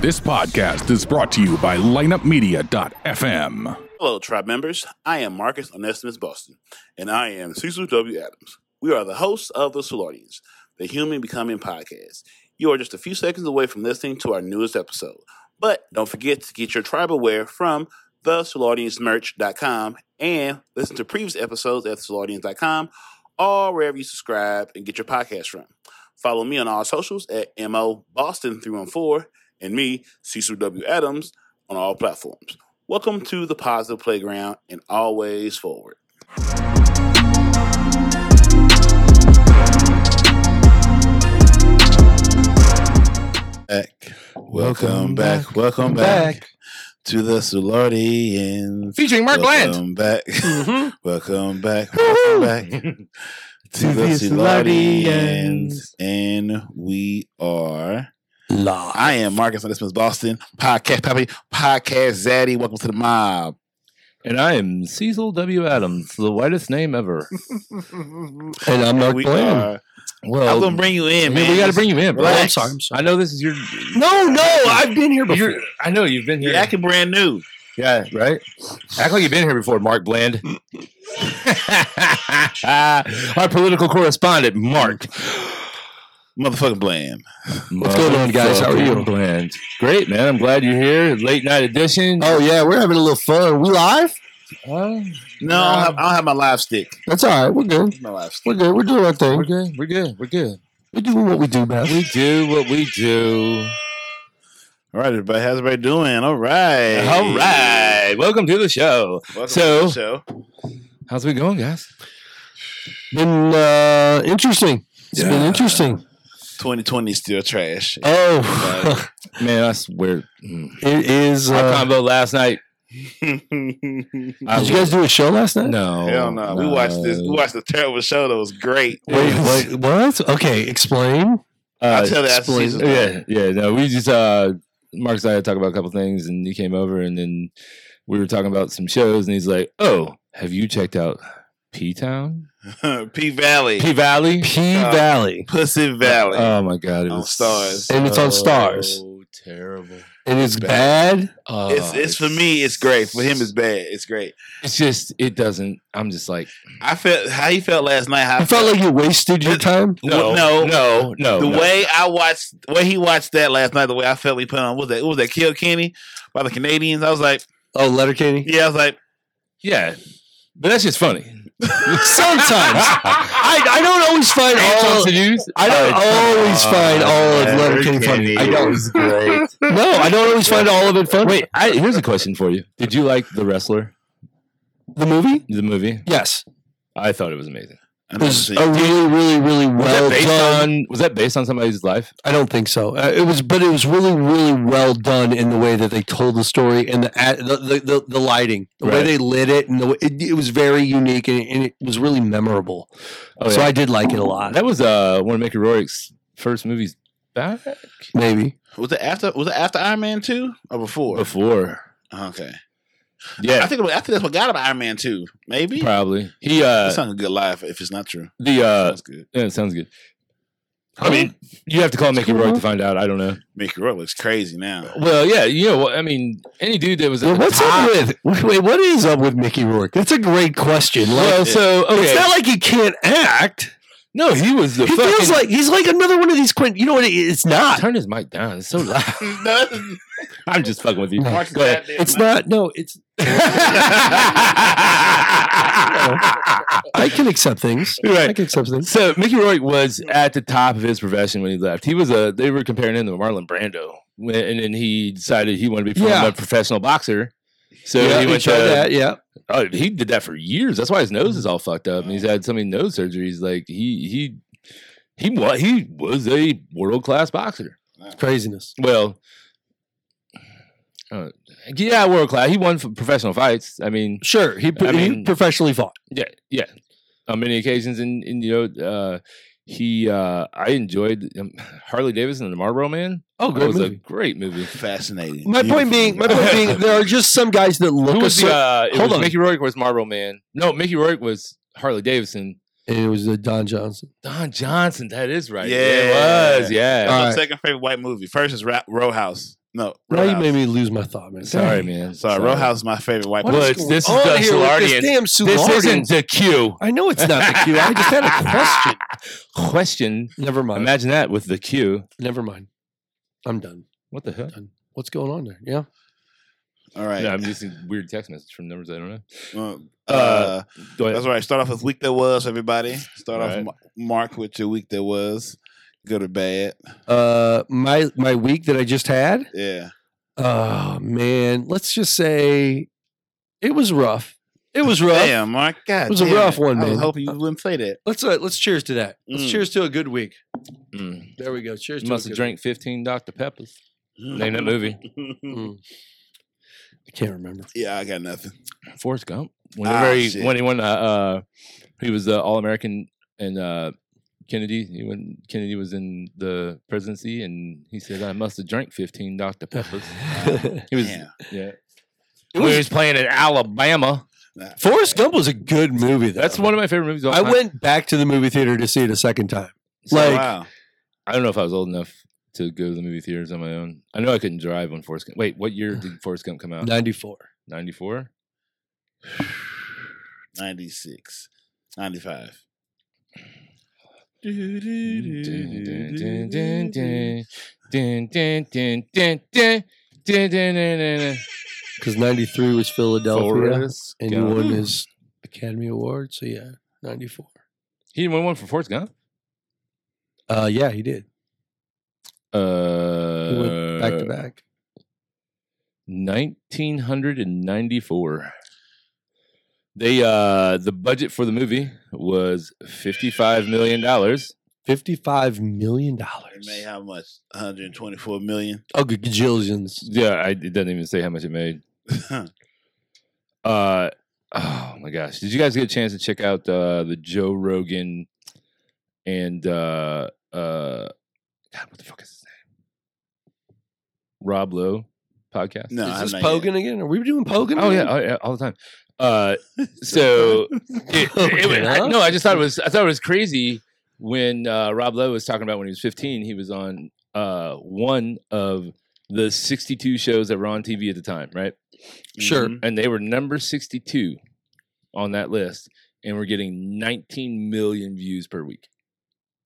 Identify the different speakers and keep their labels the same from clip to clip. Speaker 1: This podcast is brought to you by lineupmedia.fm.
Speaker 2: Hello, tribe members. I am Marcus Onesimus Boston, and I am Cecil W. Adams. We are the hosts of the Solarians, the Human Becoming Podcast. You are just a few seconds away from listening to our newest episode. But don't forget to get your tribal wear from thesolariansmerch.com and listen to previous episodes at thesolarians.com or wherever you subscribe and get your podcast from. Follow me on all socials at mo boston 314 and me, Cecil W. Adams, on all platforms. Welcome to the Positive Playground and always forward. Back. Welcome back. Welcome back to the Solardians.
Speaker 3: Featuring Mark Bland.
Speaker 2: Welcome back.
Speaker 3: Mhm.
Speaker 2: Welcome back. Welcome back to the
Speaker 3: the
Speaker 2: Solardians. And we are.
Speaker 3: Live.
Speaker 2: I am Marcus on this is Boston podcast Pappy podcast Zaddy. Welcome to the mob.
Speaker 4: And I am Cecil W. Adams, the whitest name ever.
Speaker 3: And I'm not
Speaker 2: we
Speaker 3: playing.
Speaker 2: are. I'm
Speaker 4: Well,
Speaker 2: gonna bring you in,
Speaker 4: I
Speaker 2: man.
Speaker 4: mean, Oh, we got to bring you in, bro.
Speaker 2: Relax.
Speaker 3: I'm sorry. I'm sorry.
Speaker 4: I know this is your.
Speaker 3: No, no, I've been here before.
Speaker 4: You're, I know you've been
Speaker 2: You're
Speaker 4: here.
Speaker 2: acting brand new.
Speaker 4: yeah, right. Act like you've been here before, Mark Bland. Our political correspondent, Mark.
Speaker 2: Motherfucking bland.
Speaker 4: What's
Speaker 3: going on, guys? How are you?
Speaker 4: Bland. Great, man. I'm glad you're here. Late night edition.
Speaker 3: Oh yeah, we're having a little fun. We live?
Speaker 4: Uh,
Speaker 2: No, I, don't have, I don't have my live stick.
Speaker 3: That's all right. We're good.
Speaker 2: My live stick.
Speaker 3: We're good. We're doing our
Speaker 4: we're
Speaker 3: thing.
Speaker 4: good. We're good. We're good.
Speaker 3: We're doing what we do, man.
Speaker 4: We do what we do.
Speaker 2: All right, everybody. How's everybody doing? All right.
Speaker 4: All right. Welcome to the show.
Speaker 2: Welcome
Speaker 4: So-
Speaker 2: to the show.
Speaker 4: How's it going, guys?
Speaker 3: Been uh, interesting. It's been
Speaker 2: Yeah.
Speaker 3: interesting.
Speaker 2: 2020 is still trash.
Speaker 3: Oh,
Speaker 4: Man, I swear. Mm.
Speaker 3: it is.
Speaker 4: our
Speaker 3: Uh,
Speaker 4: combo last night.
Speaker 2: Hell
Speaker 4: I
Speaker 3: did you guys do a show last night?
Speaker 4: No,
Speaker 2: no. We watched this. We watched a terrible show that was great.
Speaker 3: Wait, wait, what? Okay, explain.
Speaker 2: I'll
Speaker 4: Uh,
Speaker 2: tell you that.
Speaker 3: explain.
Speaker 2: season's over.
Speaker 4: yeah, yeah. No, we just uh, Marcus and I had talked about a couple things, and he came over, and then we were talking about some shows, and he's like, "Oh, have you checked out P Town,
Speaker 2: P Valley,
Speaker 4: P Valley,
Speaker 3: P uh,
Speaker 2: Uh,
Speaker 3: Valley,
Speaker 2: Pussy Valley.
Speaker 4: Oh my God, it
Speaker 2: On
Speaker 4: was
Speaker 2: Stars.
Speaker 3: And it's on Stars.
Speaker 4: so Terrible.
Speaker 3: and it's bad.
Speaker 4: Oh,
Speaker 2: it's, it's for me. It's great. For him, it's bad. It's great.
Speaker 4: It's just it doesn't. I'm just like
Speaker 2: I felt how he felt last night. How
Speaker 3: I felt like you wasted your time.
Speaker 4: no,
Speaker 2: no,
Speaker 4: no, no.
Speaker 2: the
Speaker 4: no.
Speaker 2: way I watched, the way he watched that last night, the way I felt he put on what was that? What was that Kill Kenny by the Canadians? I was like,
Speaker 3: Oh, Letterkenny.
Speaker 2: yeah, I was like,
Speaker 4: yeah, but that's just funny.
Speaker 3: Sometimes I, I don't always find all. Oh, I don't
Speaker 4: Uh,
Speaker 3: always find all of Letterkenny funny. I don't.
Speaker 4: great.
Speaker 3: No, I don't always find all of it funny.
Speaker 4: Wait, I, here's a question for you. Did you like The Wrestler,
Speaker 3: the movie?
Speaker 4: the movie?
Speaker 3: Yes,
Speaker 4: I thought it was amazing.
Speaker 2: I
Speaker 3: it
Speaker 2: don't
Speaker 3: was
Speaker 2: see.
Speaker 3: a really, really, really
Speaker 4: Was that
Speaker 3: well
Speaker 4: based
Speaker 3: done.
Speaker 4: on Was that based on somebody's life?
Speaker 3: I don't think so. Uh, it was, but it was really, really well done in the way that they told the story and the ad- the the, the, the lighting, the way
Speaker 4: Right.
Speaker 3: they lit it, and the way, it, it was very unique and, and it was really memorable.
Speaker 4: Oh,
Speaker 3: So
Speaker 4: yeah.
Speaker 3: I did like it a lot.
Speaker 4: that was uh one of Mickey Rourke's first movies back
Speaker 3: Maybe
Speaker 2: was it after? Was it after Iron Man two or before?
Speaker 4: before.
Speaker 2: Okay, I
Speaker 4: Yeah,
Speaker 2: think it was- I think that's what got him Iron Man two. Maybe
Speaker 4: probably. He
Speaker 2: that
Speaker 4: uh
Speaker 2: sounds a good lie if, if it's not true.
Speaker 4: the uh
Speaker 2: Sounds good.
Speaker 4: yeah, it sounds good. I mean, you have to call Mickey Rourke to find out. I don't know.
Speaker 2: Mickey Rourke looks crazy now.
Speaker 4: Well, yeah, you know, I mean, any dude that was at
Speaker 3: Well,
Speaker 4: the
Speaker 3: what's
Speaker 4: top-
Speaker 3: up with wait? What is up with Mickey Rourke? That's a great question. Like,
Speaker 4: Well, so okay,
Speaker 3: It's not like he can't act.
Speaker 4: no, he was the
Speaker 3: He
Speaker 4: fucking,
Speaker 3: feels like he's like another one of these Quentin. You know what? it- It's not.
Speaker 4: turn his mic down. It's so loud. I'm just fucking with you.
Speaker 3: No.
Speaker 4: Go ahead.
Speaker 3: It's not. No, it's. Ah. I can accept things. I
Speaker 4: Right.
Speaker 3: can accept things.
Speaker 4: So Mickey Rourke was at the top of his profession when he left. He was a. They were comparing him to Marlon Brando, When- and then he decided he wanted to become
Speaker 3: Yeah.
Speaker 4: a professional boxer. So
Speaker 3: yeah,
Speaker 4: he
Speaker 3: we
Speaker 4: went to.
Speaker 3: tried that. Yeah,
Speaker 4: Oh, he did that for years. That's why his nose is all fucked up, and he's had so many nose surgeries. Like he he. He was he was a world class boxer.
Speaker 3: craziness.
Speaker 4: Well, uh, yeah, world class. He won for professional fights. I mean,
Speaker 3: Sure, he,
Speaker 4: I
Speaker 3: he
Speaker 4: mean-
Speaker 3: professionally fought.
Speaker 4: yeah yeah on many occasions and, and you know uh he uh i enjoyed um, harley davidson and the marlboro man
Speaker 3: Oh,
Speaker 4: that was a great movie
Speaker 2: Fascinating.
Speaker 3: My point being, my point being, there are just some guys that look.
Speaker 4: who was the
Speaker 3: a
Speaker 4: uh it
Speaker 3: hold
Speaker 4: was
Speaker 3: on.
Speaker 4: mickey rourke was marlboro man no mickey rourke was harley davidson
Speaker 3: certain- it was uh, Don Johnson.
Speaker 4: don johnson that is right
Speaker 2: Yeah.
Speaker 4: it was
Speaker 2: That's
Speaker 4: yeah Uh,
Speaker 3: All
Speaker 2: my
Speaker 3: right.
Speaker 2: second favorite white movie. First is Ra- Row House.
Speaker 5: No,
Speaker 3: Now you
Speaker 5: Roadhouse.
Speaker 3: made me lose my thought, man.
Speaker 4: Sorry,
Speaker 3: Dang.
Speaker 4: man.
Speaker 5: Sorry, Roadhouse is my favorite white.
Speaker 3: What
Speaker 4: Well,
Speaker 5: person.
Speaker 3: is
Speaker 4: it's- this
Speaker 3: going
Speaker 4: is
Speaker 3: on
Speaker 4: the
Speaker 3: here with
Speaker 4: Solarians.
Speaker 3: this damn
Speaker 4: This
Speaker 3: Solarians?
Speaker 4: isn't the Q.
Speaker 3: I know it's not the Q. I just had a question.
Speaker 4: Question.
Speaker 3: Never mind.
Speaker 4: Imagine that with the Q.
Speaker 3: Never mind. I'm done.
Speaker 4: What the heck?
Speaker 3: Done. What's going on there? Yeah.
Speaker 5: All right.
Speaker 4: No, I'm just seeing weird text messages from numbers I don't know.
Speaker 5: Well,
Speaker 4: Uh,
Speaker 5: uh,
Speaker 4: Go ahead.
Speaker 5: That's right. Start off with week that was, everybody. Start off,
Speaker 4: Right.
Speaker 5: Ma- Mark, with your week that was. Good or bad.
Speaker 3: Uh, my my week that I just had.
Speaker 5: Yeah.
Speaker 3: Oh man, let's just say it was rough. It was rough.
Speaker 5: Damn, Mark. God,
Speaker 3: It was a
Speaker 5: damn
Speaker 3: rough one,
Speaker 5: I was
Speaker 3: man.
Speaker 5: hoping you wouldn't say that.
Speaker 3: Let's uh, let's cheers to that. Let's
Speaker 5: Mm.
Speaker 3: cheers to a good week.
Speaker 4: Mm.
Speaker 3: There we go. Cheers.
Speaker 4: Must
Speaker 3: to a
Speaker 4: have
Speaker 3: good
Speaker 4: drank 15 Dr. Peppers. Name that movie.
Speaker 3: Mm. I can't remember.
Speaker 5: yeah, I got nothing.
Speaker 4: Forrest Gump.
Speaker 5: Ah,
Speaker 4: Whenever he,
Speaker 5: shit.
Speaker 4: when he won, uh, uh, he was the All American and uh, Kennedy. He went, Kennedy was in the presidency, and he said, "I must have drank 15 Dr. Peppers." he was,
Speaker 5: Damn.
Speaker 4: yeah.
Speaker 3: It
Speaker 4: When he was
Speaker 3: was,
Speaker 4: playing in Alabama.
Speaker 5: Nah.
Speaker 3: Forrest Gump was a good movie. Though.
Speaker 4: That's one of my favorite movies. Of all
Speaker 3: I
Speaker 4: time.
Speaker 3: went back to the movie theater to see it a second time.
Speaker 4: So
Speaker 3: like-
Speaker 5: wow.
Speaker 4: I don't know if I was old enough to go to the movie theaters on my own. I know I couldn't drive when Forrest Gump. Wait, what year did Forrest Gump come out?
Speaker 3: Ninety four.
Speaker 4: 94?
Speaker 5: 96, 95.
Speaker 3: Because ninety three was Philadelphia,
Speaker 4: Forrest
Speaker 3: and he
Speaker 4: Gump.
Speaker 3: won his Academy Award. So yeah, ninety four.
Speaker 4: He didn't win one for Forrest Gump.
Speaker 3: Uh, yeah, he did. He
Speaker 4: Uh,
Speaker 3: went back to back.
Speaker 4: 1994. They uh the budget for the movie was 55 million dollars.
Speaker 3: Fifty five million
Speaker 5: It
Speaker 3: dollars.
Speaker 5: made how much? 124 million.
Speaker 3: Oh, g- gajillions.
Speaker 4: Yeah, I, it doesn't even say how much it made. Uh oh my gosh. Did you guys get a chance to check out uh the Joe Rogan and uh uh God, what the fuck is his name? Rob Lowe podcast?
Speaker 5: No, I
Speaker 3: Is
Speaker 5: have
Speaker 3: this
Speaker 5: not yet.
Speaker 3: Pogan again? Are we doing Pogan?
Speaker 4: Oh yeah,
Speaker 3: again?
Speaker 4: oh, yeah, all the time. Uh so it, it
Speaker 3: Okay,
Speaker 4: was- I-
Speaker 3: huh?
Speaker 4: no, I just thought it was. I thought it was crazy when uh, Rob Lowe was talking about when he was 15. He was on uh, one of the 62 shows that were on TV at the time, right? uh,
Speaker 3: Sure.
Speaker 5: Mhm.
Speaker 4: And they were number 62 on that list, and were getting 19 million views per week,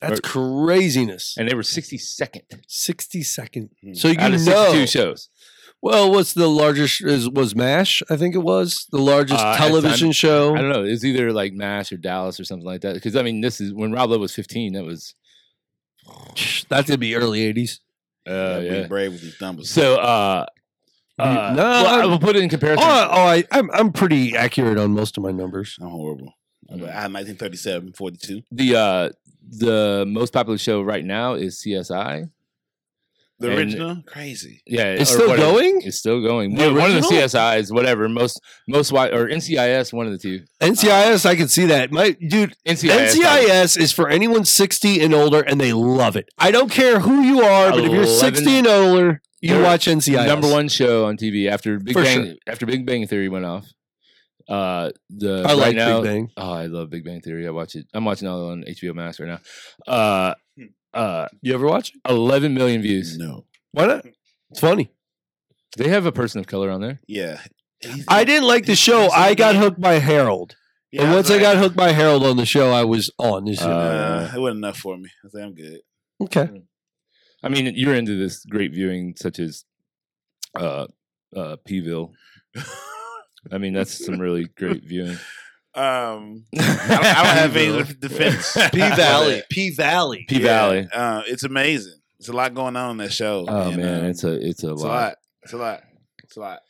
Speaker 3: That's
Speaker 4: Or-
Speaker 3: craziness.
Speaker 4: and they were 62nd
Speaker 3: 60 second.
Speaker 5: Hmm.
Speaker 3: So you
Speaker 4: out of 62
Speaker 3: know.
Speaker 4: shows.
Speaker 3: Well, what's the largest? Is, was MASH, I think it was, the largest
Speaker 4: Uh, at the time-
Speaker 3: television
Speaker 4: I
Speaker 3: show.
Speaker 4: don't know. It was either like Mash or Dallas or something like that. Because I mean, this is when Rob Lowe was 15. That was
Speaker 3: That could be early 80s.
Speaker 4: uh,
Speaker 5: Gotta be
Speaker 4: yeah.
Speaker 5: Mm-hmm. brave with these numbers.
Speaker 4: So uh, uh,
Speaker 3: no,
Speaker 4: well, I
Speaker 3: I'm-
Speaker 4: will put it in comparison.
Speaker 3: Oh, oh, I, I'm, I'm pretty accurate on most of my numbers.
Speaker 5: I'm horrible. I
Speaker 3: Mm.
Speaker 5: had 1937, 42.
Speaker 4: the uh the most popular show right now is CSI.
Speaker 5: The
Speaker 4: And-
Speaker 5: original? Crazy.
Speaker 4: Yeah,
Speaker 3: It's
Speaker 4: or
Speaker 3: still
Speaker 4: whatever.
Speaker 3: going?
Speaker 4: It's still going.
Speaker 3: The
Speaker 4: One, one of the
Speaker 3: original?
Speaker 4: CSIs, whatever. Most most wi- or NCIS, one of the two.
Speaker 3: NCIS, I can see that. My Dude,
Speaker 4: NCIS.
Speaker 3: NCIS is for anyone 60 and older, and they love it. I don't care who you are, but if you're 60 and older, you
Speaker 4: They're
Speaker 3: watch NCIS.
Speaker 4: number one show on TV after Big
Speaker 3: For
Speaker 4: Bang
Speaker 3: sure.
Speaker 4: after Big Bang Theory went off. Uh, the
Speaker 3: I
Speaker 4: right
Speaker 3: like
Speaker 4: now,
Speaker 3: Big Bang.
Speaker 4: Oh, I love Big Bang Theory. I watch it. I'm watching it on HBO Max right now. Uh, uh,
Speaker 3: You ever watch it?
Speaker 4: 11 million views.
Speaker 5: No.
Speaker 3: Why not? It's funny.
Speaker 4: They have a person of color on there.
Speaker 5: Yeah. He's-
Speaker 3: I didn't like the show. I got hooked by Harold.
Speaker 5: Yeah,
Speaker 3: and once I
Speaker 5: right.
Speaker 3: got hooked by Harold on the show, I was on. This
Speaker 4: Uh,
Speaker 5: Uh, it wasn't enough for me. I think I'm good.
Speaker 3: okay.
Speaker 4: I mean, you're into this great viewing, such as uh, uh, Peeville. I mean, that's some really great viewing.
Speaker 5: um, I don't, I don't have any
Speaker 4: Peeville.
Speaker 5: defense.
Speaker 3: P Valley. P Valley.
Speaker 4: P Valley.
Speaker 5: Yeah, uh, it's amazing. It's a lot going on in that show.
Speaker 4: Oh
Speaker 5: and,
Speaker 4: man,
Speaker 5: uh,
Speaker 4: it's a it's a
Speaker 5: it's
Speaker 4: lot.
Speaker 5: a lot. It's a lot. It's a lot.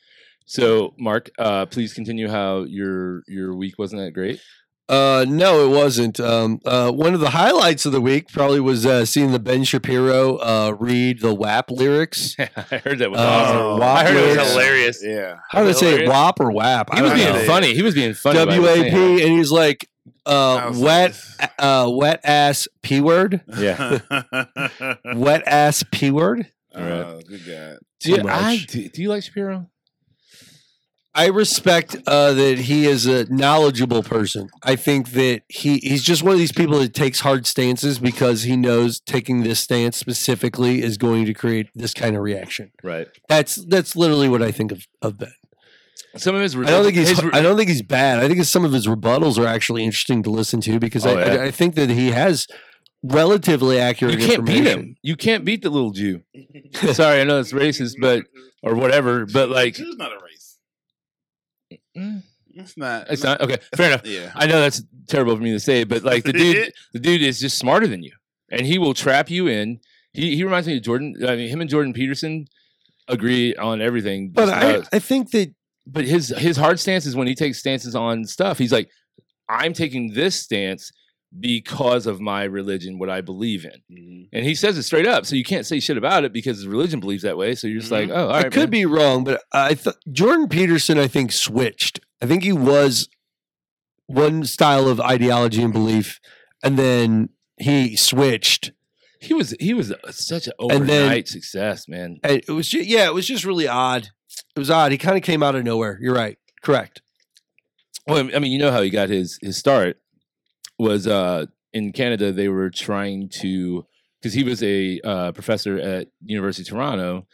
Speaker 4: So, Mark, uh, please continue. How your your week wasn't that great?
Speaker 3: Uh, no, it wasn't. Um, uh, one of the highlights of the week probably was uh, seeing the Ben Shapiro uh, read the WAP lyrics.
Speaker 4: I heard that was
Speaker 3: Uh,
Speaker 4: awesome.
Speaker 5: WAP
Speaker 4: I heard it
Speaker 5: lyrics.
Speaker 4: was hilarious.
Speaker 5: Yeah.
Speaker 3: How did I say it?
Speaker 4: Hilarious.
Speaker 3: WAP or WAP? I
Speaker 4: He was
Speaker 3: don't
Speaker 4: being
Speaker 3: know.
Speaker 4: funny. He was being funny. by
Speaker 3: WAP,
Speaker 4: saying
Speaker 3: and he's like,
Speaker 5: I
Speaker 3: uh,
Speaker 5: was
Speaker 3: wet, uh, wet ass P word,
Speaker 4: that. Yeah.
Speaker 3: wet ass P word.
Speaker 5: oh, good God.
Speaker 4: Do you,
Speaker 3: Too
Speaker 4: I,
Speaker 3: much.
Speaker 4: do, do you like Shapiro?
Speaker 3: I respect uh, that he is a knowledgeable person. I think that he he's just one of these people that takes hard stances because he knows taking this stance specifically is going to create this kind of reaction.
Speaker 4: Right.
Speaker 3: That's that's literally what I think of, of Ben.
Speaker 4: Some of his.
Speaker 3: I don't think he's
Speaker 4: his-
Speaker 3: I don't think he's bad. I think it's some of his rebuttals are actually interesting to listen to because
Speaker 4: Oh,
Speaker 3: I, I,
Speaker 4: yeah.
Speaker 3: I think that he has relatively accurate.
Speaker 4: you can't beat
Speaker 3: information.
Speaker 4: him. You can't beat the little Jew. Sorry, I know it's racist, but or whatever. But like,
Speaker 5: Jew's not a race.
Speaker 4: Mm.
Speaker 5: It's not.
Speaker 4: it's not okay. Fair enough.
Speaker 5: Yeah.
Speaker 4: I know that's terrible for me to say, but like the dude, the dude is just smarter than you, and he will trap you in. He he reminds me of Jordan. I mean, him and Jordan Peterson agree on everything.
Speaker 3: But
Speaker 4: just
Speaker 3: I,
Speaker 4: about-
Speaker 3: I think that
Speaker 4: but his his hard stance is when he takes stances on stuff. He's like, I'm taking this stance because of my religion, what I believe in,
Speaker 5: Mhm.
Speaker 4: and he says it straight up. So you can't say shit about it because his religion believes that way. So you're just like, oh, all right,
Speaker 3: I Mm-hmm. could be wrong, but I thought Jordan Peterson, I think, switched. I think he was one style of ideology and belief, and then he switched.
Speaker 4: He was he was such an
Speaker 3: then-
Speaker 4: overnight success, man.
Speaker 3: And it was, just, yeah, it was just really odd. It was odd. He kind of came out of nowhere. You're right. Correct.
Speaker 4: Well, I mean, you know how he got his his start was uh, in Canada. They were trying to because he was a uh, professor at University of Toronto,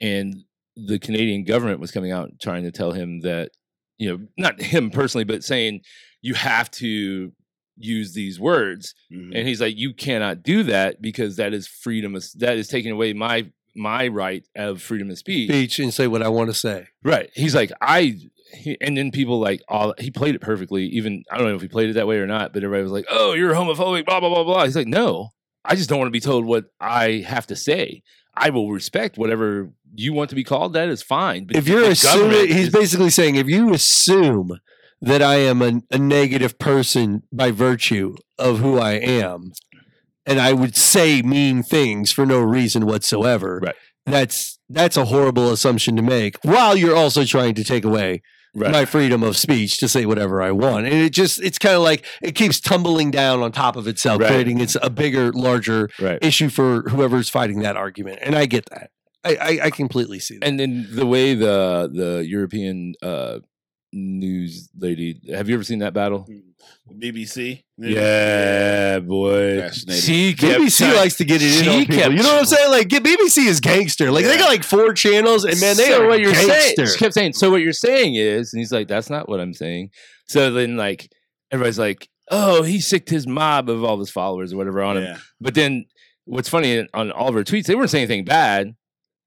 Speaker 4: and the Canadian government was coming out and trying to tell him that you know not him personally, but saying you have to use these words,
Speaker 5: Mhm.
Speaker 3: Mm.
Speaker 4: and he's like, you cannot do that because that is freedom. Of, that is taking away my my right of freedom of speech.
Speaker 3: Speech and say what I want to say.
Speaker 4: Right. He's like, I, he, and then people like, all he played it perfectly. Even, I don't know if he played it that way or not, but everybody was like, oh, you're homophobic, blah, blah, blah, blah. He's like, no, I just don't want to be told what I have to say. I will respect whatever you want to be called. That is fine. But
Speaker 3: If you're
Speaker 4: the
Speaker 3: assuming,
Speaker 4: government
Speaker 3: he's
Speaker 4: is-
Speaker 3: basically saying, if you assume that I am a, a negative person by virtue of who I am, and I would say mean things for no reason whatsoever,
Speaker 4: Right.
Speaker 3: that's that's a horrible assumption to make. While you're also trying to take away
Speaker 4: Right.
Speaker 3: my freedom of speech to say whatever I want, and it just it's kind of like it keeps tumbling down on top of itself,
Speaker 4: Right.
Speaker 3: creating it's a bigger, larger
Speaker 4: right.
Speaker 3: issue for whoever's fighting that argument. And I get that. I, I, I completely see that.
Speaker 4: and then the way the the European uh, news lady, have you ever seen that battle?
Speaker 5: BBC.
Speaker 4: boy.
Speaker 5: Fascinating.
Speaker 4: She kept
Speaker 3: BBC
Speaker 4: trying-
Speaker 3: likes to get it in
Speaker 4: she
Speaker 3: on people.
Speaker 4: kept-
Speaker 3: You know what I'm saying? Like get- BBC is gangster. Like they
Speaker 5: Yeah.
Speaker 3: got like four channels, and man, they
Speaker 4: so
Speaker 3: are
Speaker 4: what you're saying.
Speaker 3: gangster.
Speaker 4: She kept saying, "So what you're saying is," and he's like, "That's not what I'm saying." So then, like, everybody's like, "Oh, he sicked his mob of all his followers or whatever on him."
Speaker 5: Yeah.
Speaker 4: But then, what's funny on all of her tweets, they weren't saying anything bad,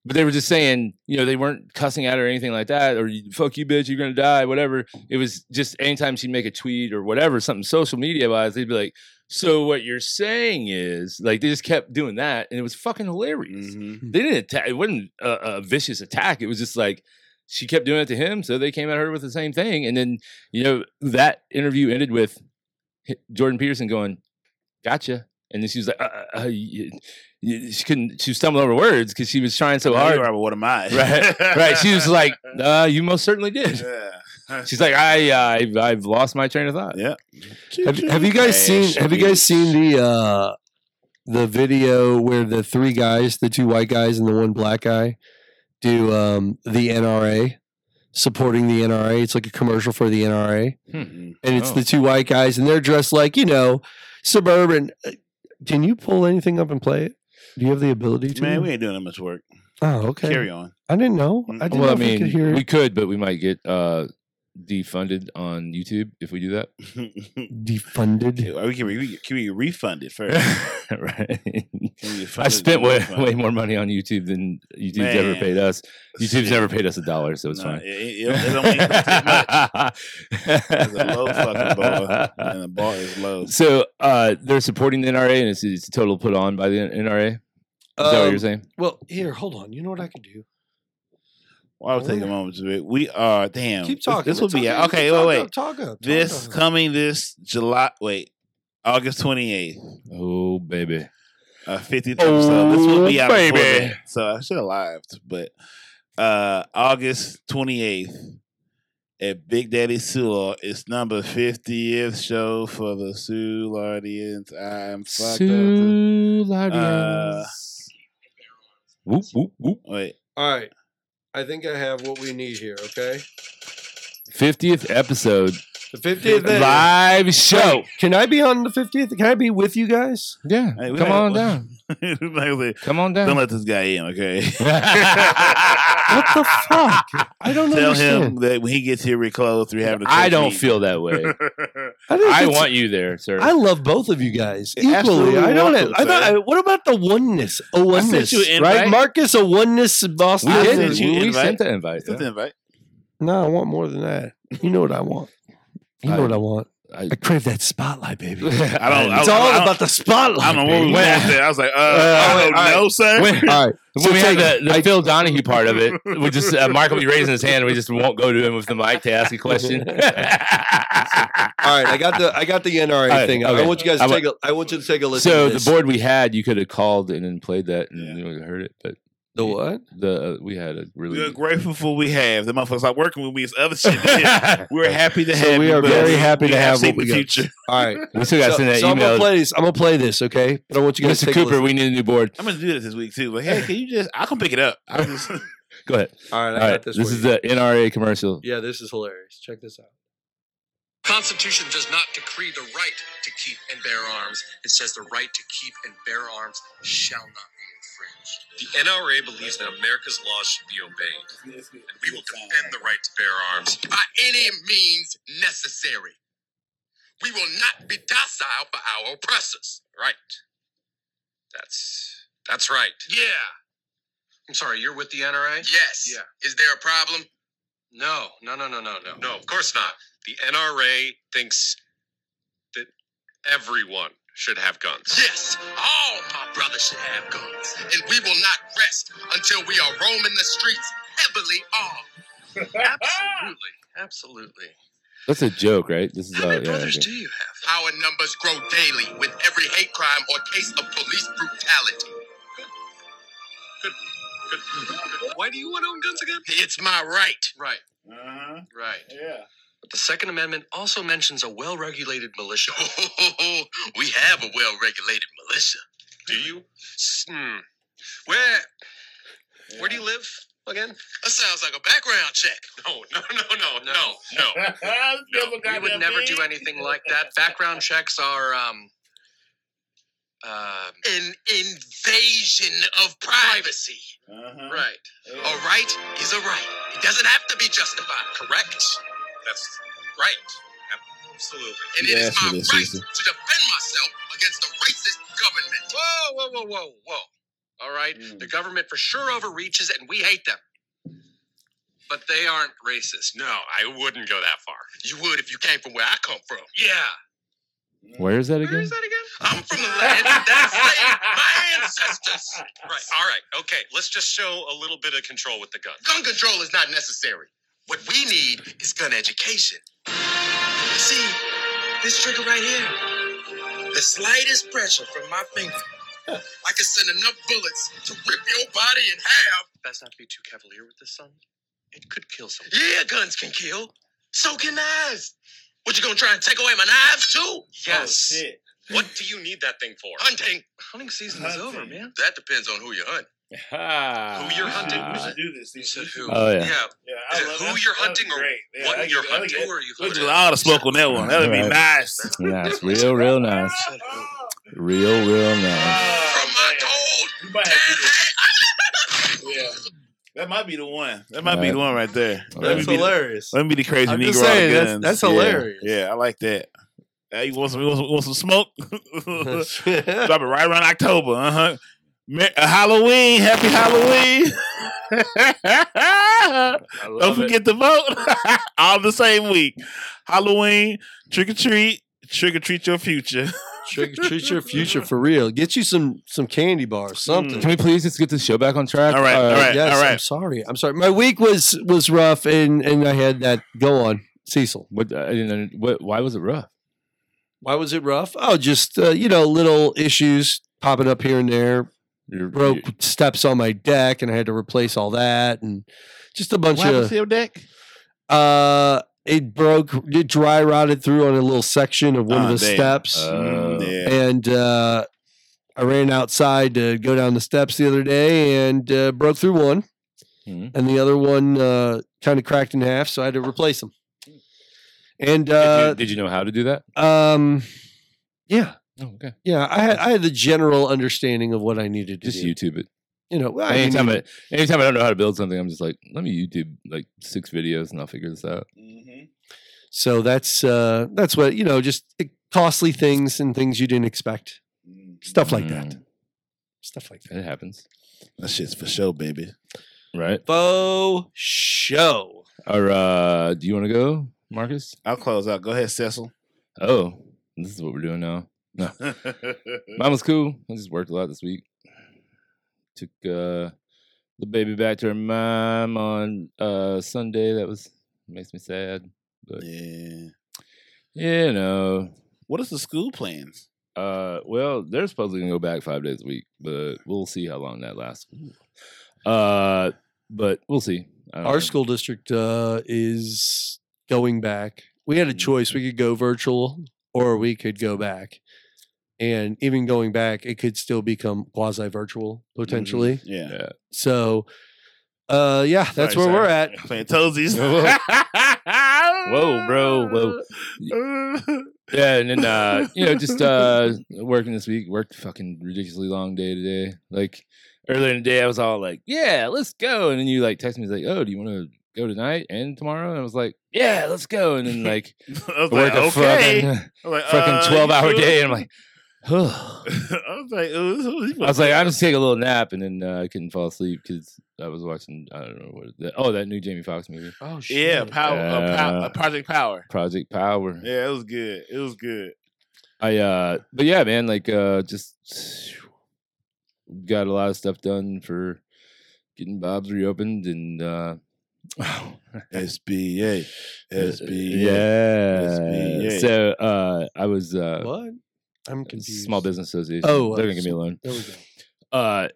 Speaker 4: but they were just saying, you know, they weren't cussing at her or anything like that, or "fuck you, bitch, you're gonna die," whatever. It was just anytime she'd make a tweet or whatever, something social media wise, they'd be like. So what you're saying is like they just kept doing that, and it was fucking hilarious
Speaker 5: Mhm.
Speaker 4: they didn't attack. It wasn't a, a vicious attack. It was just like she kept doing it to him, so they came at her with the same thing. And then you know that interview ended with H- Jordan Peterson going, "Gotcha," and then she was like, uh, uh, uh, you, you, "She couldn't." She was stumbling over words because she was trying so
Speaker 5: Now
Speaker 4: hard.
Speaker 5: you are, but what am I?
Speaker 4: Right. Right? She was like, uh, "You most certainly did."
Speaker 5: yeah.
Speaker 4: She's like, "I, I've, I've lost my train of thought."
Speaker 5: yeah.
Speaker 3: Have, have you guys seen? Have you guys seen the uh, the video where the three guys, the two white guys and the one black guy, do um, the NRA supporting the NRA? It's like a commercial for the NRA.
Speaker 5: Mhm.
Speaker 3: and it's
Speaker 4: Oh.
Speaker 3: the two white guys, and they're dressed like you know suburban. Uh, Can you pull anything up and play it? Do you have the ability to?
Speaker 5: Man, we ain't doing that much work.
Speaker 3: oh, okay.
Speaker 5: Carry on.
Speaker 3: I didn't know. Mm, I didn't
Speaker 4: Well,
Speaker 3: know
Speaker 4: I
Speaker 3: if we
Speaker 4: mean,
Speaker 3: could hear.
Speaker 4: we could, but we might get uh, defunded on YouTube if we do that.
Speaker 3: defunded.
Speaker 5: Or we can, re- can we refund it first?
Speaker 4: right.
Speaker 5: Can we
Speaker 4: I
Speaker 5: fund it
Speaker 4: spent
Speaker 5: and
Speaker 4: way,
Speaker 5: refund
Speaker 4: way
Speaker 5: it?
Speaker 4: more money on YouTube than YouTube's
Speaker 5: Man.
Speaker 4: ever paid us. YouTube's never paid us a dollar, so it's
Speaker 5: Nah,
Speaker 4: fine.
Speaker 5: It, it, it don't mean too much. It's a low fucking bar, and the bar is low.
Speaker 4: so uh, they're supporting the NRA, and it's, it's a total put on by the NRA. Is that what
Speaker 3: Um,
Speaker 4: you're saying?
Speaker 3: well, here, hold on. You know what I can do?
Speaker 5: Well, I'll take a moment to it. We are damn.
Speaker 3: Keep
Speaker 5: this-
Speaker 3: talking.
Speaker 5: This, will be
Speaker 3: Talk up,
Speaker 5: okay.
Speaker 3: talk
Speaker 5: Wait, wait.
Speaker 3: up, Talk up. talk
Speaker 5: this
Speaker 3: up.
Speaker 5: coming this July. Wait, August twenty eighth.
Speaker 4: Oh baby,
Speaker 5: uh, 50th
Speaker 4: Oh,
Speaker 5: episode. This will be out before
Speaker 4: baby.
Speaker 5: that, so I should have lived. But uh, August 28th at Big Daddy Sewell, it's number 50th show for the Sewell audience. I'm fucked up. Uh,
Speaker 4: whoop whoop whoop.
Speaker 5: Wait,
Speaker 3: All right. I think I have what we need here. Okay.
Speaker 4: Fiftieth episode
Speaker 3: The fiftieth.
Speaker 4: live show.
Speaker 3: Can I be on the fiftieth? Can I be with you guys?
Speaker 4: Yeah,
Speaker 5: Hey, we
Speaker 4: come
Speaker 5: had-
Speaker 4: on down.
Speaker 5: Don't
Speaker 4: Come on down.
Speaker 5: let this guy in, okay?
Speaker 3: What the fuck? I don't
Speaker 5: Tell
Speaker 3: understand.
Speaker 5: him that when he gets here reclothed, we have to.
Speaker 4: I don't feel that way.
Speaker 3: I, think
Speaker 4: I
Speaker 3: it's-
Speaker 4: want you there, sir.
Speaker 3: I love both of you guys
Speaker 5: Yeah, absolutely
Speaker 3: equally. I don't.
Speaker 5: want
Speaker 3: Have,
Speaker 5: to,
Speaker 3: I thought.
Speaker 5: sir.
Speaker 3: I, what about the oneness? A oneness,
Speaker 5: you an
Speaker 3: right?
Speaker 5: invite.
Speaker 3: Marcus, a oneness Boston.
Speaker 4: we
Speaker 5: I
Speaker 4: did.
Speaker 5: sent you
Speaker 4: We, we
Speaker 5: invite.
Speaker 4: sent the invite.
Speaker 5: That's an invite.
Speaker 3: No, I want more than that. You know what I want. You
Speaker 4: I-
Speaker 3: know what I want.
Speaker 4: I-
Speaker 3: I crave that spotlight, baby.
Speaker 5: I don't.
Speaker 3: it's
Speaker 5: I,
Speaker 3: all
Speaker 5: I, I,
Speaker 3: about the spotlight.
Speaker 5: I don't know what we
Speaker 3: baby.
Speaker 5: went there. I was like, uh,
Speaker 4: Uh,
Speaker 5: I don't
Speaker 4: I-
Speaker 5: know, sir.
Speaker 4: When-
Speaker 3: All right.
Speaker 4: So we
Speaker 3: take-
Speaker 4: had the, the Phil Donahue part of it. We just uh, Mark will be raising his hand, and we just won't go to him with the mic to ask a question.
Speaker 3: All right, I got the I got the NRA
Speaker 4: All right,
Speaker 3: thing.
Speaker 4: okay.
Speaker 3: I want you guys
Speaker 4: I
Speaker 3: to
Speaker 4: want-
Speaker 3: take a I want you to take a listen.
Speaker 4: so
Speaker 3: to this.
Speaker 4: the board we had, you could have called and then played that, and
Speaker 5: Yeah.
Speaker 4: you would have heard it. But
Speaker 3: the what?
Speaker 4: the uh, we had a really
Speaker 5: We're grateful for what we have. The motherfuckers not working with me. It's other shit. We're happy to
Speaker 3: So
Speaker 5: have.
Speaker 3: we
Speaker 5: you,
Speaker 3: are
Speaker 5: but
Speaker 3: very
Speaker 5: we-
Speaker 3: happy
Speaker 5: we
Speaker 3: to have
Speaker 5: seen
Speaker 3: what we
Speaker 5: the
Speaker 3: got.
Speaker 5: future.
Speaker 3: All right.
Speaker 4: we still got to
Speaker 3: so,
Speaker 4: send that
Speaker 3: so I'm gonna
Speaker 4: email.
Speaker 3: play this. I'm gonna play this, okay? But I want you guys to
Speaker 4: Mr.
Speaker 3: take a
Speaker 4: Cooper, we need a new board.
Speaker 5: I'm gonna do this this week too. But hey, can you just? I can pick it up. I just,
Speaker 4: Go ahead.
Speaker 3: listen. All right,
Speaker 4: All
Speaker 3: I got
Speaker 4: right,
Speaker 3: this.
Speaker 4: this
Speaker 3: for
Speaker 4: is
Speaker 3: you.
Speaker 4: the NRA commercial.
Speaker 3: yeah. This is hilarious. Check this out.
Speaker 6: Constitution does not decree the right to keep and bear arms. It says the right to keep and bear arms shall not be infringed. The NRA believes that America's laws should be obeyed, and we will defend the right to bear arms by any means necessary. We will not be docile for our oppressors. Right. That's that's right. Yeah. I'm sorry, you're with the NRA? Yes. Yeah. Is there a problem? No, no, no, no, no, no. No, of course not the NRA thinks that everyone should have guns. Yes, all my brothers should have guns. And we will not rest until we are roaming the streets heavily armed. Absolutely, absolutely.
Speaker 4: That's a joke, right? This is
Speaker 6: How
Speaker 4: uh,
Speaker 6: many
Speaker 4: yeah,
Speaker 6: brothers
Speaker 4: okay.
Speaker 6: do you have? Our numbers grow daily with every hate crime or case of police brutality. Why do you want to own guns again? It's my right. Right,
Speaker 5: uh-huh.
Speaker 6: right.
Speaker 5: Yeah.
Speaker 6: The Second Amendment also mentions a well regulated militia. we have a well regulated militia. Do you? S- hmm. Where where do you live again? That sounds like a background check. No, no, no, no, no, no. We would never do anything like that. Background checks are um uh, an invasion of privacy.
Speaker 5: Uh-huh.
Speaker 6: Right. A right is a right. It doesn't have to be justified. Correct. That's right. Absolutely. And it is
Speaker 5: Yes,
Speaker 6: my
Speaker 5: it is,
Speaker 6: right
Speaker 5: Cecil.
Speaker 6: to defend myself against the racist government. Whoa, whoa, whoa, whoa, whoa. All right.
Speaker 5: Mm.
Speaker 6: The government for sure overreaches and we hate them. But they aren't racist. No, I wouldn't go that far. You would if you came from where I come from. Yeah.
Speaker 4: Where is that again?
Speaker 6: that again? I'm from the land that saved my ancestors. Right. All right. Okay. Let's just show a little bit of control with the gun. Gun control is not necessary. What we need is gun education. See this trigger right here? The slightest pressure from my finger. I can send enough bullets to rip your body in half. Best not to be too cavalier with this, son. It could kill someone. Yeah, guns can kill. So can knives. What you gonna try and take away my knives too?
Speaker 5: Yes. Oh, shit.
Speaker 6: What do you need that thing for? Hunting. Hunting season
Speaker 5: is over, man.
Speaker 6: That depends on who you hunt.
Speaker 4: Ah.
Speaker 6: Who you're hunting?
Speaker 5: we should do this. Cecil.
Speaker 4: Oh yeah.
Speaker 5: Yeah,
Speaker 6: Is
Speaker 5: I
Speaker 6: it
Speaker 5: love
Speaker 6: who
Speaker 5: that.
Speaker 6: you're
Speaker 5: That was
Speaker 6: hunting or
Speaker 5: great. Yeah, I
Speaker 6: what
Speaker 5: like
Speaker 6: you're
Speaker 5: it. I like
Speaker 6: hunting,
Speaker 5: it.
Speaker 6: who are you
Speaker 5: Look
Speaker 6: hunting?
Speaker 5: at all the smoke on that one. That'd be
Speaker 4: Alright.
Speaker 5: nice.
Speaker 4: Yeah, it's real, real nice. Real, real nice.
Speaker 6: From my cold,
Speaker 5: You might
Speaker 6: dead
Speaker 5: have to
Speaker 6: hand.
Speaker 5: do- yeah. That might be the
Speaker 2: Oh,
Speaker 5: one. That might be
Speaker 4: Alright.
Speaker 5: the one right there. Let me
Speaker 3: That's
Speaker 5: be the-
Speaker 3: hilarious.
Speaker 5: Let me be the crazy
Speaker 3: I'm
Speaker 5: Negro.
Speaker 3: just
Speaker 5: out of
Speaker 3: saying, that's-
Speaker 5: guns.
Speaker 3: that's
Speaker 5: Yeah.
Speaker 3: hilarious.
Speaker 5: Yeah, I like that. Hey, you want some? You want some, you want some smoke? Drop it right around October. Uh huh. Halloween. Happy Halloween.
Speaker 4: I
Speaker 5: Don't
Speaker 4: love it.
Speaker 5: forget to vote. All the same week. Halloween. Trick or treat. Trick or treat your future.
Speaker 3: treat, treat your future for real. Get you some some candy bars, something.
Speaker 4: Can we please just get this show back on track? Uh,
Speaker 5: All right, all right.
Speaker 3: yes, I'm
Speaker 5: alright.
Speaker 3: sorry. I'm sorry. My week was was rough, and and I had that. Go on, Cecil.
Speaker 4: What, I didn't, what, why was it rough?
Speaker 3: Why was it rough? Oh, just uh, you know, little issues popping up here and there.
Speaker 4: You're,
Speaker 3: Broke steps on my deck, and I had to replace all that, and just a bunch
Speaker 5: What happened
Speaker 3: of.
Speaker 5: to your deck?
Speaker 3: Uh, it broke. It dry rotted through on a little section of one
Speaker 5: Ah,
Speaker 3: of the
Speaker 5: damn.
Speaker 3: steps,
Speaker 4: Uh,
Speaker 5: Mm, yeah.
Speaker 3: and uh, I ran outside to go down the steps the other day and uh, broke through one,
Speaker 4: Hmm.
Speaker 3: and the other one uh, kind of cracked in half, so I had to replace them. And
Speaker 4: Did
Speaker 3: uh,
Speaker 4: you- did you know how to do that?
Speaker 3: um, yeah,
Speaker 4: Oh, okay.
Speaker 3: yeah, I had I had the general understanding of what I needed to
Speaker 4: Just
Speaker 3: do.
Speaker 4: YouTube it.
Speaker 3: You know, well, I mean,
Speaker 4: Anytime I, anytime I don't know how to build something, I'm just like, let me YouTube like six videos and I'll figure this out.
Speaker 3: so that's uh, that's what you know, just eh, costly things and things you didn't expect,
Speaker 5: Mm-hmm.
Speaker 3: stuff like that,
Speaker 4: Hmm.
Speaker 3: stuff like that.
Speaker 4: It happens,
Speaker 5: That shit's for show, baby.
Speaker 4: right?
Speaker 3: Faux show.
Speaker 4: Or uh, do you want to go, Marcus?
Speaker 5: I'll close out. Go ahead, Cecil.
Speaker 4: Oh, this is what we're doing now. Mine was cool. I just worked a lot this week. Took uh, the baby back to her mom on uh, Sunday. That was makes me sad.
Speaker 5: yeah.
Speaker 4: You know,
Speaker 5: What is the school plans?
Speaker 4: Uh, well, they're supposedly gonna go back five days a week, but we'll see how long that lasts. Uh, but we'll see. Um, I don't know.
Speaker 3: Our school district uh, is going back. We had a choice. We could go virtual or we could go back. And even going back, it could still become quasi virtual potentially.
Speaker 5: Mm-hmm. Yeah.
Speaker 4: Yeah.
Speaker 3: So, uh, yeah, that's
Speaker 5: Sorry,
Speaker 3: where we're
Speaker 5: sorry.
Speaker 3: at.
Speaker 5: Playing toesies.
Speaker 4: Whoa, bro. Whoa. Yeah, and then uh, you know, just uh, working this week. Worked a fucking ridiculously long day today. Like earlier in the day, I was all like, "Yeah, let's go," and then you like text me like, "Oh, do you want to go tonight and tomorrow?" And I was like, "Yeah, let's go," and then like
Speaker 5: I was like,
Speaker 4: worked a
Speaker 5: okay.
Speaker 4: fucking
Speaker 5: I was like,
Speaker 4: fucking
Speaker 5: uh, you
Speaker 4: twelve hour
Speaker 5: sure?
Speaker 4: day, and I'm like, "Huh."
Speaker 5: I was like, oh, this is-
Speaker 4: I was like, I just take a little nap, and then uh, I couldn't fall asleep because I was watching. I don't know what. That, oh, that new Jamie Foxx movie,
Speaker 3: Oh, shit.
Speaker 5: yeah, power, uh, pow-
Speaker 4: Yeah.
Speaker 5: uh, Project Power.
Speaker 4: Project Power.
Speaker 5: Yeah, it was good. It was good.
Speaker 4: I, uh, but yeah, man, like, uh, just got a lot of stuff done for getting Bob's reopened, and uh,
Speaker 5: SBA, uh,
Speaker 4: yeah.
Speaker 5: SBA.
Speaker 4: So uh, I was uh,
Speaker 3: What? I'm confused.
Speaker 4: Small Business Association.
Speaker 3: Oh,
Speaker 4: they're
Speaker 3: uh,
Speaker 4: gonna give me a loan.
Speaker 3: There we go.
Speaker 4: uh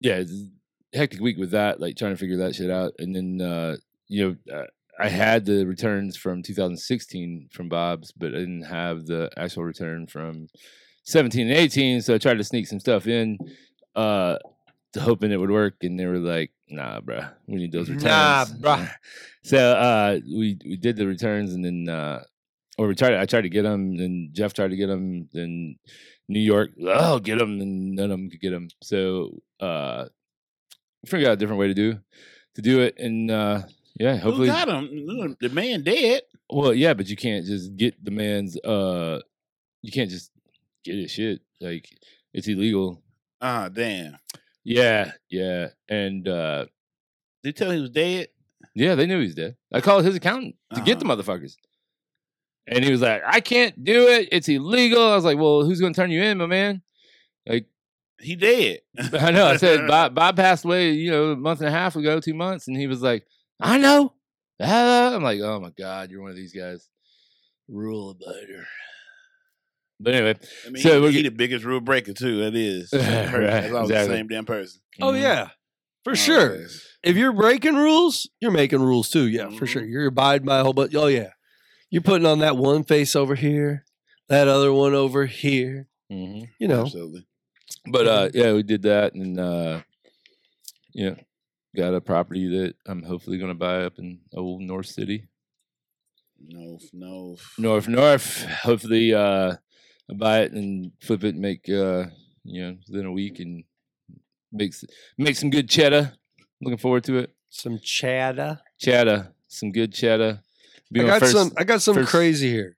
Speaker 4: yeah it's a hectic week with that like trying to figure that shit out and then uh you know uh, i had the returns from 2016 from bob's but i didn't have the actual return from 17 and 18 so i tried to sneak some stuff in uh to hoping it would work and they were like nah bruh we need those returns
Speaker 3: Nah, bruh.
Speaker 4: so uh we we did the returns and then uh or we tried i tried to get them and jeff tried to get them then New York, oh, get them, and none of them could get them. So, uh, figured out a different way to do to do it, and uh, yeah,
Speaker 5: Who
Speaker 4: hopefully,
Speaker 5: got him? The man dead.
Speaker 4: well, yeah, but you can't just get the man's, uh, you can't just get his shit. Like it's illegal.
Speaker 5: Ah, damn.
Speaker 4: Yeah, yeah, and uh,
Speaker 5: Did you tell him he was dead?
Speaker 4: yeah, they knew he was dead. I called his accountant to get the
Speaker 3: Uh-huh.
Speaker 4: motherfuckers. And he was like, I can't do it. It's illegal. I was like, well, who's going to turn you in, my man? Like,
Speaker 5: He dead.
Speaker 4: I know. I said Bob, Bob passed away, you know, a month and a half ago, two months, and he was like, "I know." Ah, I'm like, "Oh my god, you're one of these guys, rule abider." But anyway,
Speaker 5: I mean,
Speaker 4: So
Speaker 5: he,
Speaker 4: we're
Speaker 5: he
Speaker 4: get-
Speaker 5: the biggest rule breaker too. That is.
Speaker 4: Right,
Speaker 5: That's always the
Speaker 4: exactly.
Speaker 5: same damn person.
Speaker 3: Oh,
Speaker 4: mhm.
Speaker 3: yeah. For sure. If you're breaking rules, you're making rules too. Yeah, for
Speaker 5: Mhm.
Speaker 3: sure. You're abiding by a whole bunch. Oh, yeah. You're putting on that one face over here, that other one over here.
Speaker 4: Mhm.
Speaker 3: You know,
Speaker 5: Absolutely.
Speaker 4: But uh, yeah, we did that, and uh, you know, got a property that I'm hopefully going to buy up in old North City,
Speaker 5: No, no.
Speaker 4: North North. Hopefully, uh, I buy it and flip it, and make uh, you know, within a week, and make s- make some good cheddar. Looking forward to it.
Speaker 3: some chatter.
Speaker 4: cheddar, some good cheddar. Be
Speaker 3: I
Speaker 4: my
Speaker 3: got
Speaker 4: first-
Speaker 3: some. I got some
Speaker 4: first-
Speaker 3: crazy here.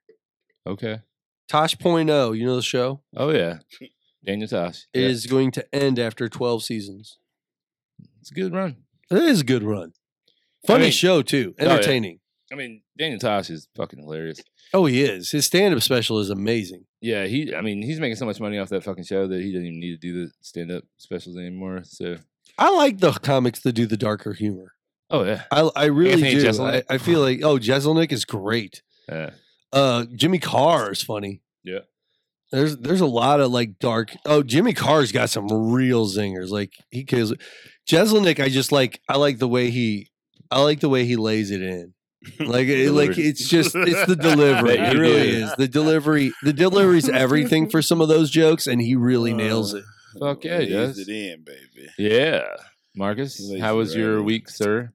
Speaker 4: Okay.
Speaker 3: Tosh Point oh, you know the show.
Speaker 4: Oh yeah. Daniel Tosh.
Speaker 3: It
Speaker 4: Yeah.
Speaker 3: is going to end after twelve seasons.
Speaker 4: It's a good run.
Speaker 3: It is a good run. Funny
Speaker 4: mean-
Speaker 3: show too.
Speaker 4: Oh, yeah.
Speaker 3: Entertaining.
Speaker 4: I mean, Daniel Tosh is fucking hilarious.
Speaker 3: Oh, he is. His stand-up special is amazing.
Speaker 4: Yeah, he. I mean, he's making so much money off that fucking show that he doesn't even need to do the stand-up specials anymore. So.
Speaker 3: I like the comics that do the darker humor.
Speaker 4: Oh yeah.
Speaker 3: I, I really
Speaker 4: Anthony
Speaker 3: do. I,
Speaker 4: Jeselnik.
Speaker 3: I feel like oh, Jeselnik is great.
Speaker 4: Yeah.
Speaker 3: Uh, Jimmy Carr is funny.
Speaker 4: Yeah.
Speaker 3: There's there's a lot of like dark. Oh, Jimmy Carr's got some real zingers. Like he kills. Jeselnik, I just like. I like the way he. I like the way he lays it in. Like it, like
Speaker 4: Delivery.
Speaker 3: it's just it's the delivery.
Speaker 4: Bet
Speaker 3: it
Speaker 4: you
Speaker 3: really
Speaker 4: do.
Speaker 3: is the delivery. The delivery's everything for some of those jokes, and he really nails
Speaker 5: Uh,
Speaker 3: it.
Speaker 4: Fuck yeah, he
Speaker 5: Raised it
Speaker 4: does.
Speaker 5: in, baby.
Speaker 4: Yeah. Marcus,
Speaker 5: Lazy
Speaker 4: how was your
Speaker 5: writing.
Speaker 4: week, sir?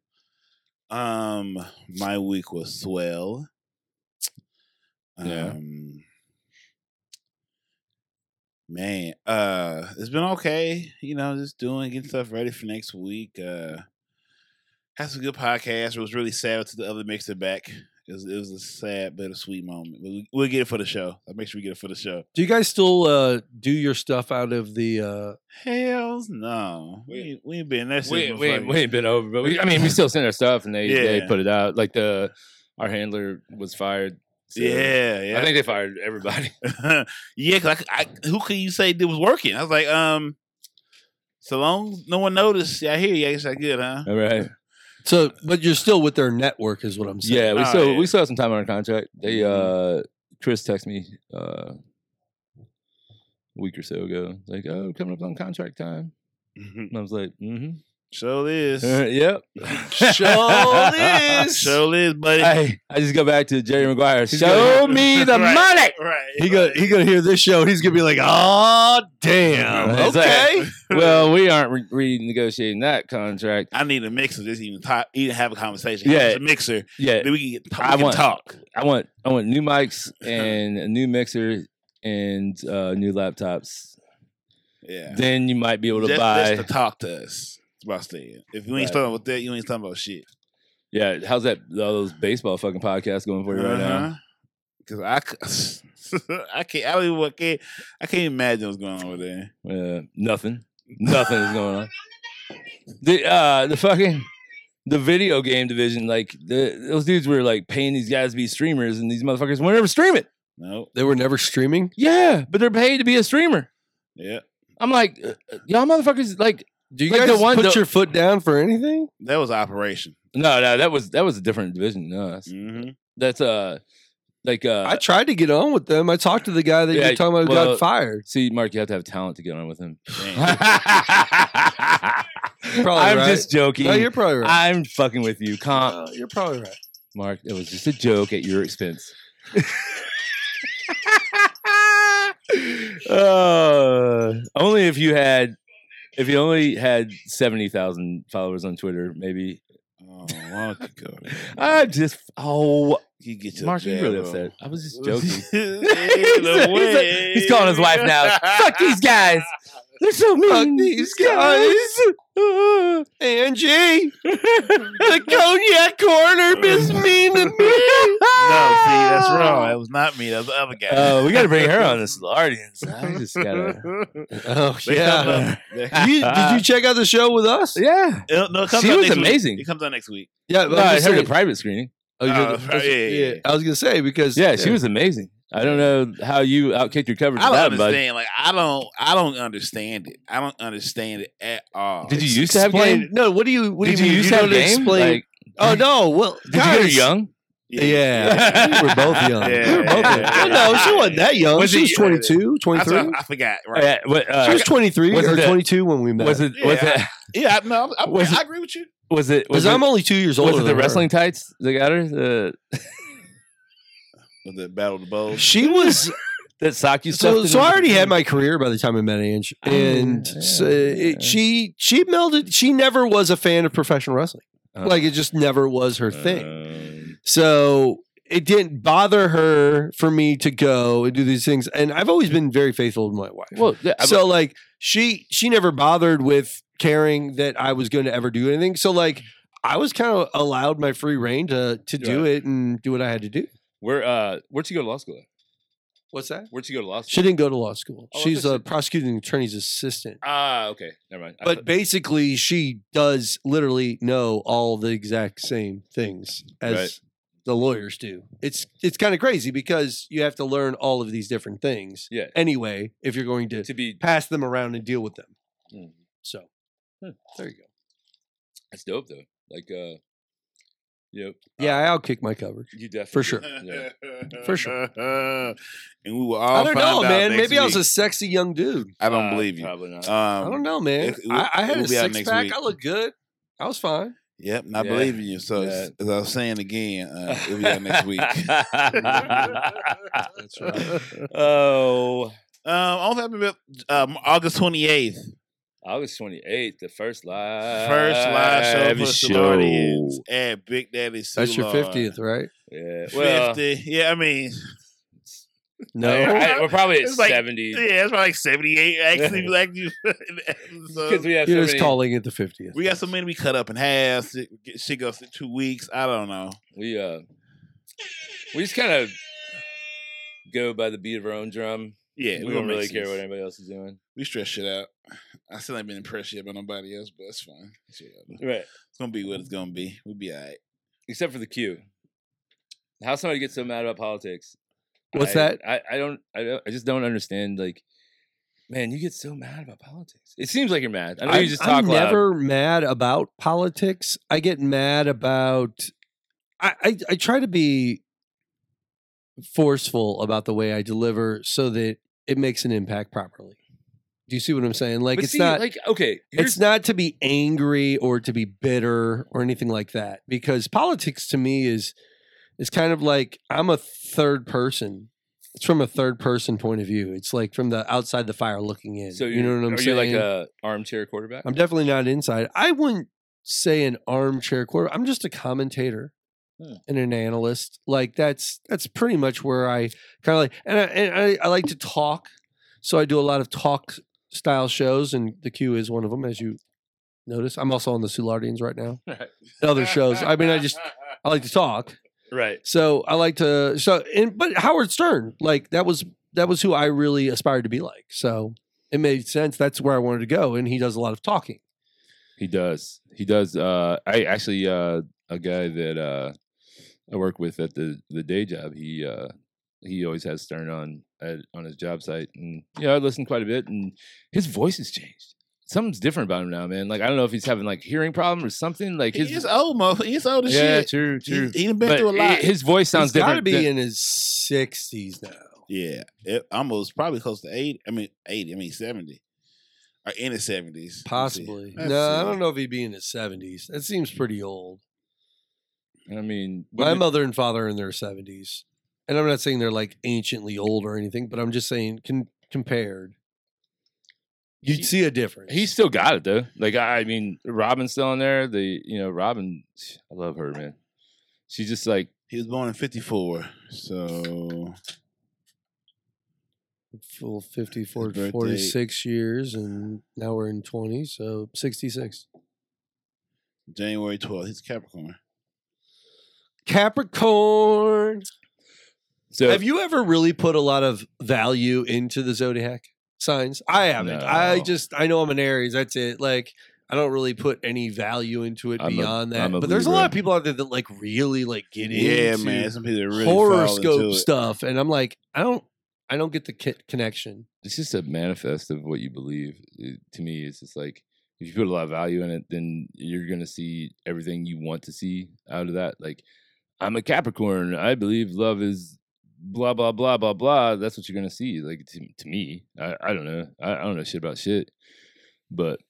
Speaker 5: Um, my week was swell.
Speaker 4: Yeah.
Speaker 5: Um, man, uh, it's been okay. You know, just doing getting stuff ready for next week. Uh, had some good podcasts. It was really sad to the other mixer back. It was, it was a sad, bittersweet moment. But we, we'll get it for the show. I'll make sure we get it for the show.
Speaker 3: Do you guys still uh, do your stuff out of the? Uh,
Speaker 5: Hells no. We, ain't- we ain't been there since.
Speaker 4: we, we,
Speaker 5: motherfucker.
Speaker 4: we ain't been over, but we, I mean, we still send our stuff, and they,
Speaker 5: Yeah.
Speaker 4: they put it out. Like the our handler was fired. so-
Speaker 5: Yeah, yeah.
Speaker 4: I think they fired everybody.
Speaker 5: yeah, cause I, I- who could you say that was working? I was like, um, so long as no one noticed. Yeah, I hear you. I guess I good, huh?
Speaker 4: All right.
Speaker 3: so, but you're still with their network, is what I'm saying.
Speaker 4: Yeah, we
Speaker 5: Oh,
Speaker 4: still
Speaker 5: yeah.
Speaker 4: we still have some time on our contract. They
Speaker 5: Mhm.
Speaker 4: uh Chris texted me uh a week or so ago, like, oh, coming up on contract time. And I was like, mm-hmm.
Speaker 5: Show this.
Speaker 4: yep.
Speaker 3: Show this.
Speaker 5: Uh, Show this, buddy.
Speaker 4: Hey, I just go back to Jerry Maguire.
Speaker 5: He's
Speaker 4: Show
Speaker 5: gonna-
Speaker 4: me the
Speaker 5: Right,
Speaker 4: money.
Speaker 5: Right.
Speaker 3: He go, he gonna hear this show. He's gonna be like, "Ah, damn,
Speaker 4: Right.
Speaker 3: okay."
Speaker 4: Well, we aren't re- renegotiating that contract.
Speaker 5: I need a mixer. Just even talk, even have a conversation.
Speaker 4: Yeah.
Speaker 5: Yeah, a mixer.
Speaker 4: Yeah,
Speaker 5: Then we can, get, we
Speaker 4: I
Speaker 5: can
Speaker 4: want-
Speaker 5: talk.
Speaker 4: I want I want new mics and a new mixer and uh, new laptops.
Speaker 5: Yeah.
Speaker 4: Then you might be able to
Speaker 5: just,
Speaker 4: buy.
Speaker 5: just to talk to us. That's what I said. If you ain't
Speaker 4: Right.
Speaker 5: starting with that, you ain't talking about shit.
Speaker 4: Yeah, how's that? All those baseball fucking podcasts going for you right now?
Speaker 5: Because I, c- I can't. I don't even. I can't. I can't imagine what's going on over there.
Speaker 4: Uh, nothing, nothing is going on. The uh, the fucking the video game division, like the, those dudes were like paying these guys to be streamers, and these motherfuckers were never streaming.
Speaker 5: Nope.
Speaker 3: They were never streaming.
Speaker 4: Yeah, but they're paid to be a streamer.
Speaker 5: Yeah.
Speaker 4: I'm like, uh, y'all motherfuckers, like,
Speaker 3: Do you
Speaker 4: Like
Speaker 3: guys
Speaker 4: the one-
Speaker 3: put
Speaker 4: the-
Speaker 3: your foot down for anything?
Speaker 5: That was operation.
Speaker 4: no, no, that was that was a different division. No, that's,
Speaker 5: Mm-hmm.
Speaker 4: that's uh, like uh,
Speaker 3: I tried to get on with them. I talked to the guy that
Speaker 4: Yeah,
Speaker 3: you're talking about who
Speaker 4: well-
Speaker 3: got fired.
Speaker 4: see, Mark, you have to have talent to get on with him.
Speaker 5: Damn.
Speaker 4: I'm
Speaker 3: right.
Speaker 4: just joking.
Speaker 3: No, you're probably right.
Speaker 4: I'm fucking with you, Con-
Speaker 3: Uh, you're probably right.
Speaker 4: Mark. It was just a joke at your expense. uh, only if you had, if you only had seventy thousand followers on Twitter, maybe.
Speaker 5: oh, why don't you go? there?
Speaker 4: I just, oh,
Speaker 5: You get your
Speaker 4: Mark, you
Speaker 5: jab
Speaker 4: really
Speaker 5: on.
Speaker 4: upset. I was just joking.
Speaker 5: Ain't no
Speaker 4: He's- he's
Speaker 5: way.
Speaker 4: he's calling his wife now. Fuck these guys. They're so mean.
Speaker 3: these guys. Angie, the cognac corner is mean to me.
Speaker 5: No, see, that's wrong. That was not me. That was the other guy.
Speaker 4: Uh, we got to bring her on this audience. I just gotta.
Speaker 3: Oh
Speaker 5: They come
Speaker 3: yeah.
Speaker 5: up- they-
Speaker 3: You, did you check out the show with us?
Speaker 4: Yeah.
Speaker 5: Uh, no, it comes
Speaker 4: She
Speaker 5: out
Speaker 4: was
Speaker 5: next week.
Speaker 4: amazing.
Speaker 5: It comes out next week.
Speaker 3: Yeah,
Speaker 4: No, I heard a private screening.
Speaker 3: Oh, you
Speaker 5: Oh,
Speaker 3: did-
Speaker 5: right, yeah, yeah, yeah.
Speaker 3: I was gonna say because
Speaker 4: Yeah, she was amazing. I don't know how you outkicked your coverage.
Speaker 5: I don't
Speaker 4: with that, bud.
Speaker 5: understand. Like I don't. I don't understand it. I don't understand it at all.
Speaker 4: Did you used to have
Speaker 3: Explain-
Speaker 4: game?
Speaker 3: No, what do you? What
Speaker 4: Did
Speaker 3: do
Speaker 4: you
Speaker 3: you, mean?
Speaker 4: used to have
Speaker 3: don't
Speaker 4: game?
Speaker 3: explain-
Speaker 4: Like,
Speaker 3: oh no, well,
Speaker 4: did you get her
Speaker 3: guys-
Speaker 4: young?
Speaker 3: Yeah, we were both young. we were both
Speaker 5: Yeah.
Speaker 3: young. Well, no, she wasn't that young.
Speaker 5: Was
Speaker 3: she
Speaker 5: it-
Speaker 3: was 22,
Speaker 5: I,
Speaker 3: 23.
Speaker 5: thought- I forgot. Right.
Speaker 4: Yeah, what, uh,
Speaker 3: she was 23
Speaker 4: was it
Speaker 3: or
Speaker 4: the-
Speaker 3: 22 when we met.
Speaker 4: was it was
Speaker 5: Yeah.
Speaker 4: it
Speaker 5: Yeah. I, no. I, I,
Speaker 4: Was
Speaker 5: I
Speaker 4: it-
Speaker 5: agree with you.
Speaker 4: was it was
Speaker 3: Because
Speaker 4: it,
Speaker 3: I'm only two years older.
Speaker 4: was it the
Speaker 3: than her.
Speaker 4: wrestling tights that got her the
Speaker 5: The battle of the bowls.
Speaker 3: She was
Speaker 4: that sock you
Speaker 3: so.
Speaker 4: stuffed
Speaker 3: So
Speaker 4: in
Speaker 3: I
Speaker 4: the-
Speaker 3: already had my career by the time I met Ange,
Speaker 4: Oh,
Speaker 3: and
Speaker 4: yeah,
Speaker 3: so
Speaker 4: yeah.
Speaker 3: it, she she melded. She never was a fan of professional wrestling.
Speaker 4: Uh,
Speaker 3: Like it just never was
Speaker 4: Oh.
Speaker 3: her thing.
Speaker 4: um,
Speaker 3: So it didn't bother her for me to go and do these things. And I've always been very faithful to my wife.
Speaker 4: well, yeah, I-
Speaker 3: so like she she never bothered with caring that I was going to ever do anything. So like I was kind of allowed my free reign to to do it and do what I had to do.
Speaker 4: where uh where'd you go to law school? at?
Speaker 3: What's that?
Speaker 4: Where'd you go to law
Speaker 3: She
Speaker 4: school?
Speaker 3: didn't go to law school.
Speaker 4: Oh, I
Speaker 3: She's
Speaker 4: thought
Speaker 3: a prosecuting attorney's assistant.
Speaker 4: Ah, okay, never mind. I
Speaker 3: But
Speaker 4: thought-
Speaker 3: basically, she does literally know all the exact same things as
Speaker 4: Right.
Speaker 3: the lawyers do. It's it's kind of crazy because you have to learn all of these different things
Speaker 4: yeah,
Speaker 3: anyway if you're going to
Speaker 4: to be
Speaker 3: pass them around and deal with them.
Speaker 4: Mm.
Speaker 3: So
Speaker 4: Hmm.
Speaker 3: there you go.
Speaker 4: that's dope though. Like uh, you know,
Speaker 3: Yeah, I'll kick my coverage.
Speaker 4: you definitely
Speaker 3: sure.
Speaker 4: Yeah.
Speaker 3: For
Speaker 5: sure. And we will all.
Speaker 3: I don't know,
Speaker 5: find out
Speaker 3: man.
Speaker 5: next
Speaker 3: Maybe I was
Speaker 5: week.
Speaker 3: a sexy young dude.
Speaker 5: I don't
Speaker 4: Uh,
Speaker 5: believe you.
Speaker 4: Probably not.
Speaker 5: Um,
Speaker 3: I don't know, man.
Speaker 5: it- it will-
Speaker 3: I, I had
Speaker 5: it
Speaker 3: a
Speaker 5: will be out
Speaker 3: six
Speaker 5: next
Speaker 3: pack.
Speaker 5: week.
Speaker 3: I looked good. I was fine.
Speaker 5: Yep, not
Speaker 4: Yeah.
Speaker 5: believing you. So
Speaker 4: Yeah.
Speaker 5: as, as I was saying again, uh, it'll be out next week.
Speaker 4: That's
Speaker 5: right.
Speaker 4: Oh,
Speaker 5: Um, also happy about um, August twenty eighth.
Speaker 4: August 28th, the first live.
Speaker 2: First live show for Salonians
Speaker 4: Uh, show.
Speaker 2: at Big Daddy Soulard.
Speaker 3: That's your fiftieth, right?
Speaker 4: Yeah. Well,
Speaker 2: 50. Yeah, I mean,
Speaker 3: No.
Speaker 4: I- I- we're probably at
Speaker 2: It's like-
Speaker 4: 70.
Speaker 2: yeah, it's probably like 78 actually. like you,
Speaker 4: Because we have so
Speaker 3: You're
Speaker 4: many,
Speaker 3: just calling it the fiftieth.
Speaker 2: we got so many we cut up in half. It- Shit goes to two weeks. I don't know.
Speaker 4: we uh we just kind of go by the beat of our own drum.
Speaker 2: Yeah,
Speaker 4: we
Speaker 2: gonna
Speaker 4: don't
Speaker 2: make
Speaker 4: really care
Speaker 2: sense.
Speaker 4: what anybody else is doing.
Speaker 2: We stress shit out. I still ain't been impressed yet by nobody else, but that's fine. It's whatever.
Speaker 4: Right.
Speaker 2: It's gonna be what it's gonna be. We'll be all right.
Speaker 4: Except for the Q. How somebody gets so mad about politics.
Speaker 3: What's
Speaker 4: I-
Speaker 3: that?
Speaker 4: I, I don't I don't I just don't understand like man, you get so mad about politics. It seems like you're mad. I know you just talk
Speaker 3: I'm
Speaker 4: loud.
Speaker 3: never mad about politics. I get mad about. I, I I try to be forceful about the way I deliver so that it makes an impact properly. Do you see what I'm saying? Like
Speaker 4: But
Speaker 3: it's
Speaker 4: see,
Speaker 3: not
Speaker 4: like okay,
Speaker 3: it's not to be angry or to be bitter or anything like that because politics to me is is kind of like I'm a third person. It's from a third person point of view. It's like from the outside the fire looking in.
Speaker 4: so
Speaker 3: you know
Speaker 4: you're-
Speaker 3: what I'm
Speaker 4: are
Speaker 3: saying?
Speaker 4: you like a armchair quarterback?
Speaker 3: I'm definitely not inside. I wouldn't say an armchair quarter. I'm just a commentator
Speaker 4: Hmm.
Speaker 3: and an analyst. Like that's that's pretty much where I kind of like, and I, and I, I like to talk, so I do a lot of talk style shows, and the Q is one of them, as you notice. I'm also on the Soulardians right now.
Speaker 4: Right.
Speaker 3: and Other shows. I mean, I just I like to talk.
Speaker 4: right.
Speaker 3: So I like to so and but Howard Stern, like that was that was who I really aspired to be like. So it made sense. That's where I wanted to go. And he does a lot of talking.
Speaker 4: He does. He does. Uh, I actually uh, a guy that uh, I work with at the the day job. He uh, he always has Stern on at, on his job site, and you know I listen quite a bit, and his voice has changed. Something's different about him now, man. Like I don't know if he's having like hearing problem or something. Like his
Speaker 2: He's old, motherfucker. He's old as
Speaker 4: yeah,
Speaker 2: shit.
Speaker 4: true,
Speaker 2: He,
Speaker 4: true.
Speaker 2: he done been
Speaker 4: But
Speaker 2: through a lot.
Speaker 4: i- his voice sounds
Speaker 3: He's got to
Speaker 4: different.
Speaker 3: be
Speaker 4: than-
Speaker 3: in his sixties now.
Speaker 2: yeah, it- almost probably close to eight. I mean, eighty. I mean, seventy or in his seventies,
Speaker 3: Possibly. No, I don't know if he'd be in his seventies. That seems pretty old.
Speaker 4: I mean,
Speaker 3: My
Speaker 4: women-
Speaker 3: mother and father are in their seventies, and I'm not saying they're like anciently old or anything, but I'm just saying con- compared, you'd
Speaker 4: He-
Speaker 3: see a difference.
Speaker 4: He's still got it though. Like I I mean, Robin's still in there. The you know Robin, I love her, man. She's just like
Speaker 2: He was born in fifty four, so
Speaker 3: full 54,
Speaker 2: His birthday-
Speaker 3: 46 years, and now we're in twenty, so sixty six.
Speaker 2: January twelfth. He's Capricorn.
Speaker 3: Capricorn.
Speaker 4: so.
Speaker 3: Have you ever really put a lot of value into the zodiac signs? I haven't. I
Speaker 4: No.
Speaker 3: just I know I'm an Aries. That's it. Like I don't really put any value into it
Speaker 4: I'm a-
Speaker 3: beyond that.
Speaker 4: I'm a
Speaker 3: But there's a lot of
Speaker 4: Libra.
Speaker 3: people out there that like really like get
Speaker 2: Yeah,
Speaker 3: into
Speaker 2: man. Some people that really fall into
Speaker 3: horoscope
Speaker 2: it.
Speaker 3: stuff, and I'm like, I don't, I don't get the ki- connection.
Speaker 4: it's just a manifest of what you believe. It- to me, it's just like if you put a lot of value in it, then you're gonna see everything you want to see out of that. Like I'm a Capricorn. I believe love is blah blah blah blah blah. That's what you're gonna see. Like to, to me, I, I don't know. I, I don't know shit about shit, but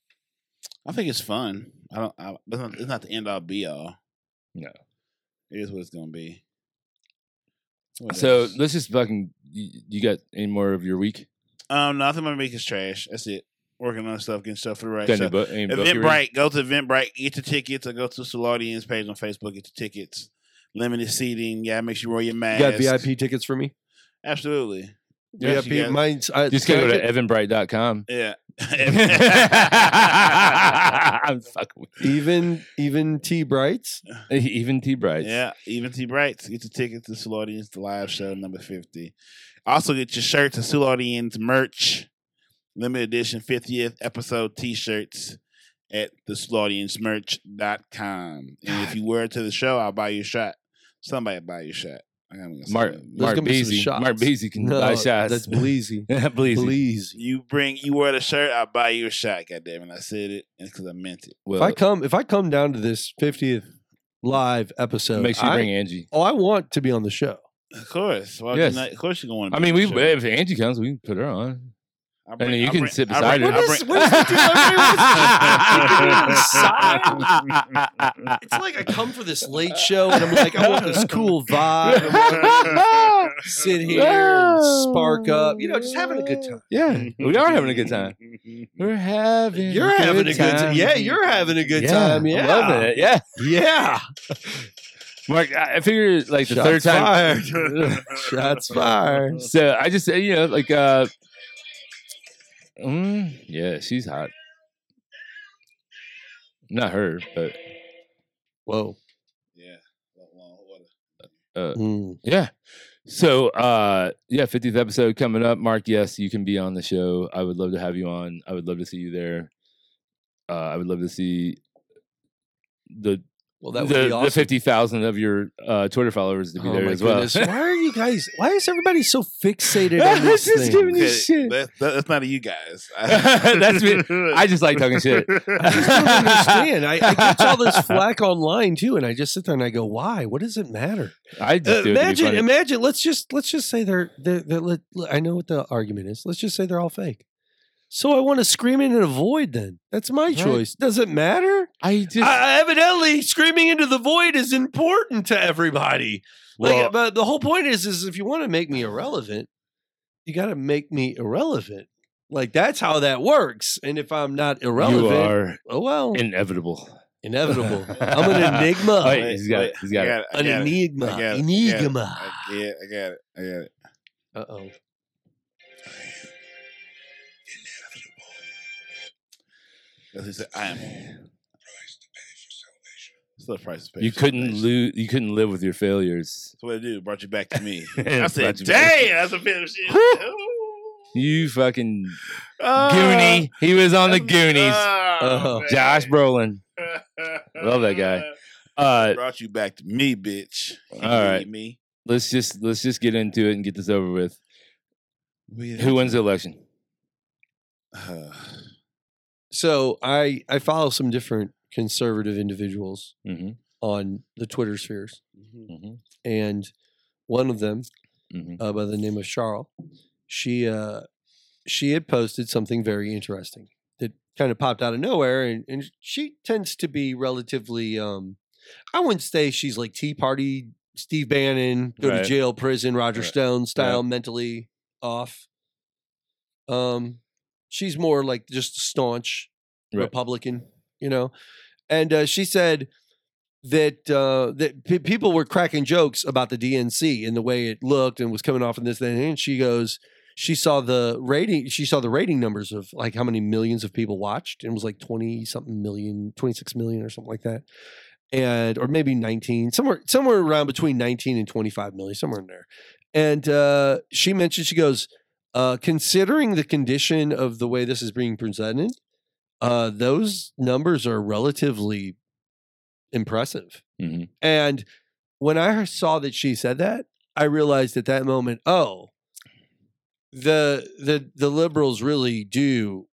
Speaker 2: I think it's fun. I don't. I, it's, not, it's not the end all be all.
Speaker 4: No.
Speaker 2: it is what it's gonna be. What
Speaker 4: so
Speaker 2: else?
Speaker 4: let's just fucking. You, you got any more of your week?
Speaker 2: um, nothing. My week is trash. That's it. Working on stuff, getting stuff for the right.
Speaker 4: Got
Speaker 2: stuff.
Speaker 4: any bu- any book you read?
Speaker 2: Eventbrite. Go to Eventbrite. Get the tickets. Or go to Solarian's page on Facebook. Get the tickets. Limited seating. Yeah, make sure you wear your
Speaker 3: You
Speaker 2: mask.
Speaker 3: got VIP tickets for me?
Speaker 2: Absolutely. Yes, you
Speaker 3: VIP,
Speaker 2: got-
Speaker 3: mine's. I,
Speaker 4: Just go
Speaker 3: can I
Speaker 4: to
Speaker 3: get-
Speaker 4: evanbright.com.
Speaker 2: Yeah.
Speaker 4: I'm fucking with you.
Speaker 3: even even T Brights.
Speaker 4: Even T Brights.
Speaker 2: Yeah, even T Brights. Get your tickets to Sulaudians, the live show number 50. Also, get your shirts and Sulaudians merch, limited edition 50th episode t shirts at the com. And if you wear it to the show, I'll buy you a shot. Somebody buy you a shot. I gotta make a
Speaker 4: Mark
Speaker 2: song.
Speaker 4: Mark
Speaker 3: gonna be some
Speaker 4: Beasy.
Speaker 3: shots.
Speaker 4: Mark Beasy can buy shots.
Speaker 3: that's Bleezy.
Speaker 4: Bleasy.
Speaker 3: Bleezy.
Speaker 2: You bring, you wear the shirt, I'll buy you a shot. God damn it. I said it because I meant it.
Speaker 4: Well,
Speaker 3: If I come, if I come down to this 50th live episode,
Speaker 4: make sure you
Speaker 3: I-
Speaker 4: bring Angie.
Speaker 3: Oh, I want to be on the show.
Speaker 2: Of course. Why would you
Speaker 4: Yes.
Speaker 2: not- of course you're going to
Speaker 4: I mean, we if Angie comes, we can put her on.
Speaker 2: I
Speaker 4: I mean, you
Speaker 2: I
Speaker 4: can sit
Speaker 2: I
Speaker 4: beside her.
Speaker 2: I
Speaker 4: What
Speaker 2: bring-
Speaker 7: is- what is the deal? It's like I come for this late show and I'm like, I want this cool vibe. I wanna sit here and spark up. You know, just having a good time.
Speaker 4: Yeah, we are having a good time. We're having.
Speaker 7: You're having a good time. Yeah, you're having a good time.
Speaker 4: I'm
Speaker 7: Yeah.
Speaker 4: loving it. Yeah,
Speaker 7: Yeah.
Speaker 4: Mark. I I figured like the
Speaker 7: Shots
Speaker 4: third time.
Speaker 7: fired. Shots fired.
Speaker 4: so I just uh, you know like uh, mm, yeah, she's hot. Not her, but
Speaker 3: Whoa.
Speaker 2: Yeah. Long- long order.
Speaker 4: Uh,
Speaker 3: Mm.
Speaker 4: Yeah. So uh yeah, fiftieth episode coming up. Mark, yes, you can be on the show. I would love to have you on. I would love to see you there. Uh I would love to see the
Speaker 7: Well, that would
Speaker 4: the,
Speaker 7: be awesome.
Speaker 4: the fifty thousand of your uh Twitter followers to be
Speaker 3: Oh
Speaker 4: there
Speaker 3: my
Speaker 4: as well.
Speaker 3: goodness. Why are you guys? Why is everybody so fixated on this
Speaker 4: Just
Speaker 3: thing?
Speaker 4: giving you
Speaker 2: Okay,
Speaker 4: shit.
Speaker 2: That, that, that's not of you guys.
Speaker 4: That's me. I just like talking shit.
Speaker 3: I just don't understand. I, I catch all this flack online too, and I just sit there and I go, "Why? What does it matter?"
Speaker 4: I just do it to be
Speaker 3: imagine,
Speaker 4: funny.
Speaker 3: imagine. Let's just let's just say they're they're. they're let, let- I know what the argument is. Let's just say they're all fake. So I want to scream in and avoid. Then that's my choice. Does it matter?
Speaker 4: I just
Speaker 7: I, evidently, screaming into the void is important to everybody. Like,
Speaker 4: Well-
Speaker 7: but the whole point is, is if you want to make me irrelevant, you got to make me irrelevant. Like that's how that works. And if I'm not
Speaker 4: you
Speaker 7: irrelevant,
Speaker 4: are
Speaker 7: oh well,
Speaker 4: inevitable.
Speaker 7: inevitable. I'm an enigma.
Speaker 4: Oh, yeah, he's got it. He's got
Speaker 2: I
Speaker 4: it.
Speaker 2: got
Speaker 7: an
Speaker 2: it. I got it.
Speaker 7: enigma.
Speaker 2: I got it.
Speaker 7: Enigma.
Speaker 2: I got it. I got it. I got it.
Speaker 7: Uh oh.
Speaker 2: That's what he said. I am. It's the price to pay
Speaker 4: You
Speaker 2: for
Speaker 4: couldn't
Speaker 2: salvation.
Speaker 4: lose. You couldn't live with your failures.
Speaker 2: That's what I do. Brought you back to me. I
Speaker 4: Brought
Speaker 2: said,
Speaker 4: you back.
Speaker 2: "Damn, that's a bit of shit."
Speaker 4: You fucking
Speaker 7: Uh,
Speaker 2: Ah,
Speaker 4: Goonie. He was on
Speaker 7: um,
Speaker 4: the Goonies.
Speaker 2: ah, man.
Speaker 4: Josh Brolin. Love that guy. Uh,
Speaker 2: Brought you back to me, bitch. You
Speaker 4: All right.
Speaker 2: need me.
Speaker 4: let's just let's just get into it and get this over with.
Speaker 2: We-
Speaker 4: Who wins the election?
Speaker 2: Uh,
Speaker 3: So I I follow some different conservative individuals
Speaker 4: Mm-hmm.
Speaker 3: on the Twitter spheres,
Speaker 4: Mm-hmm.
Speaker 3: and one of them
Speaker 4: Mm-hmm.
Speaker 3: uh, by the name of Charl, she uh, she had posted something very interesting that kind of popped out of nowhere, and, and she tends to be relatively. Um, I wouldn't say she's like Tea Party Steve Bannon, go to
Speaker 4: Right.
Speaker 3: jail, prison, Roger
Speaker 4: Right.
Speaker 3: Stone style, mentally off. Um, she's more like just staunch
Speaker 4: Right.
Speaker 3: Republican, you know, and uh, she said that uh, that pe- people were cracking jokes about the DNC and the way it looked and was coming off and this and that. and she goes she saw the rating she saw the rating numbers of like how many millions of people watched and it was like 20 something million 26 million or something like that and or maybe 19 somewhere somewhere around between 19 and 25 million somewhere in there and uh, she mentioned she goes uh, considering the condition of the way this is being presented uh, those numbers are relatively impressive
Speaker 4: Mm-hmm.
Speaker 3: and when I saw that she said that, I realized at that moment, oh, the the the liberals really do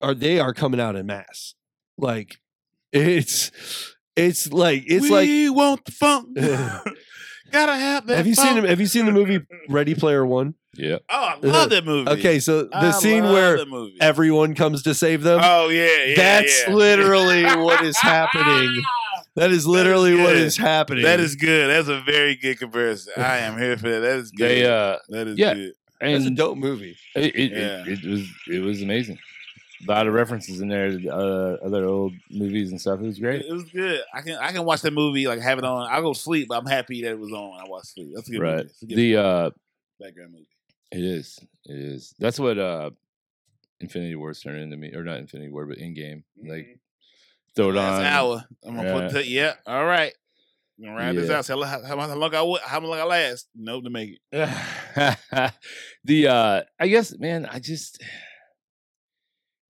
Speaker 3: are they are coming out in mass. Like it's it's like it's like
Speaker 2: we want the funk. Gotta have that.
Speaker 3: have you seen
Speaker 2: funk.
Speaker 3: him have you seen the movie Ready Player One?
Speaker 4: Yeah.
Speaker 2: Oh, I love that movie.
Speaker 3: Okay, so the
Speaker 2: I
Speaker 3: scene
Speaker 2: love
Speaker 3: where
Speaker 2: that movie.
Speaker 3: everyone comes to save them.
Speaker 2: oh yeah, yeah
Speaker 3: that's
Speaker 2: yeah. Ah,
Speaker 3: literally what is happening. That is literally what
Speaker 2: good.
Speaker 3: is happening.
Speaker 2: That is good. That's a very good comparison. I am here for that. That is good.
Speaker 4: They uh
Speaker 2: that is
Speaker 4: yeah.
Speaker 2: good.
Speaker 3: That's a
Speaker 4: and
Speaker 3: dope movie.
Speaker 4: it, it,
Speaker 2: Yeah.
Speaker 4: it, it was it was amazing. A lot of references in there, to, uh, other old movies and stuff. It was great.
Speaker 2: It was good. I can I can watch that movie like have it on. I go sleep, but I'm happy that it was on. I watch sleep. That's a good
Speaker 4: Right.
Speaker 2: movie. It's a good
Speaker 4: The uh,
Speaker 2: background movie.
Speaker 4: It is. It is. That's what uh Infinity War's turned into me, or not Infinity War, but in game. Like
Speaker 3: Mm-hmm.
Speaker 4: throw it
Speaker 2: Last
Speaker 4: on.
Speaker 2: hour. I'm gonna put that. Yeah. All right. I'm gonna round this
Speaker 4: Yeah.
Speaker 2: out. Say, how, how, how long I wa- how long I last? Nope, to make it.
Speaker 4: the uh I guess, man, I just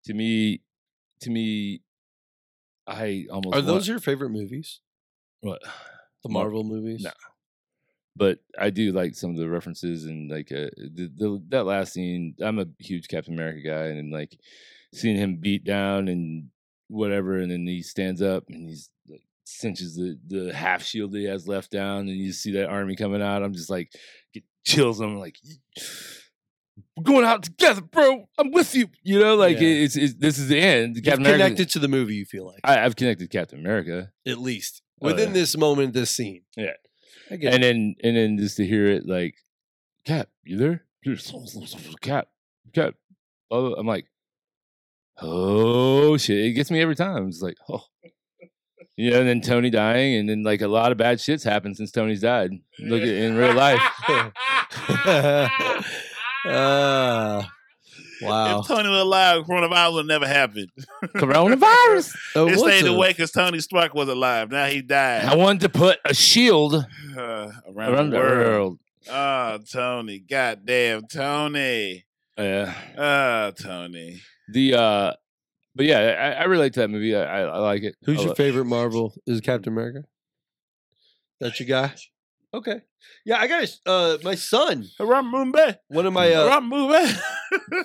Speaker 4: to me, to me, I almost
Speaker 3: Are
Speaker 4: want-
Speaker 3: those your favorite movies?
Speaker 4: what?
Speaker 3: The
Speaker 4: Mar-
Speaker 3: Marvel movies?
Speaker 4: No. But I do like some of the references and like uh, the, the that last scene. I'm a huge Captain America guy, and then, like seeing him beat down and whatever, and then he stands up and he's like, cinches the the half shield that he has left down, and you see that army coming out. I'm just like get chills. I'm like We're going out together, bro. I'm with you. You know, like
Speaker 3: Yeah.
Speaker 4: it's, it's this is the end.
Speaker 3: You've
Speaker 4: Captain America.
Speaker 3: connected to the movie. You feel like
Speaker 4: I, I've connected Captain America,
Speaker 3: at least
Speaker 4: Oh,
Speaker 3: within
Speaker 4: yeah.
Speaker 3: this moment, this scene.
Speaker 4: Yeah.
Speaker 3: I get
Speaker 4: and then and then just to hear it like, Cap, you there? Dude, Cap, Cap. Oh, I'm like, oh shit! It gets me every time. It's like, oh, you know. And then Tony dying, and then like a lot of bad shits happened since Tony's died. Look at in real life.
Speaker 3: it. Uh, Ah. wow.
Speaker 2: If Tony was alive, coronavirus would never happen.
Speaker 4: Coronavirus.
Speaker 3: Oh,
Speaker 2: It
Speaker 3: what's
Speaker 2: stayed
Speaker 3: a-
Speaker 2: away because Tony Stark was alive. Now he
Speaker 4: I
Speaker 2: died
Speaker 4: wanted to put a shield
Speaker 2: uh, around,
Speaker 4: around
Speaker 2: the world.
Speaker 4: world.
Speaker 2: Ah, Oh, Tony. Goddamn, Tony.
Speaker 4: Yeah.
Speaker 2: Ah, Tony.
Speaker 4: The uh but yeah, I, I relate to that movie. I, I, I like it.
Speaker 3: Who's
Speaker 4: I
Speaker 3: your
Speaker 4: lo-
Speaker 3: favorite Marvel? Is it Captain America? That's your guy. Okay. Yeah, I got a, uh, my son.
Speaker 2: Haram Mumbai.
Speaker 3: One of my uh,
Speaker 2: Haram Mumbai.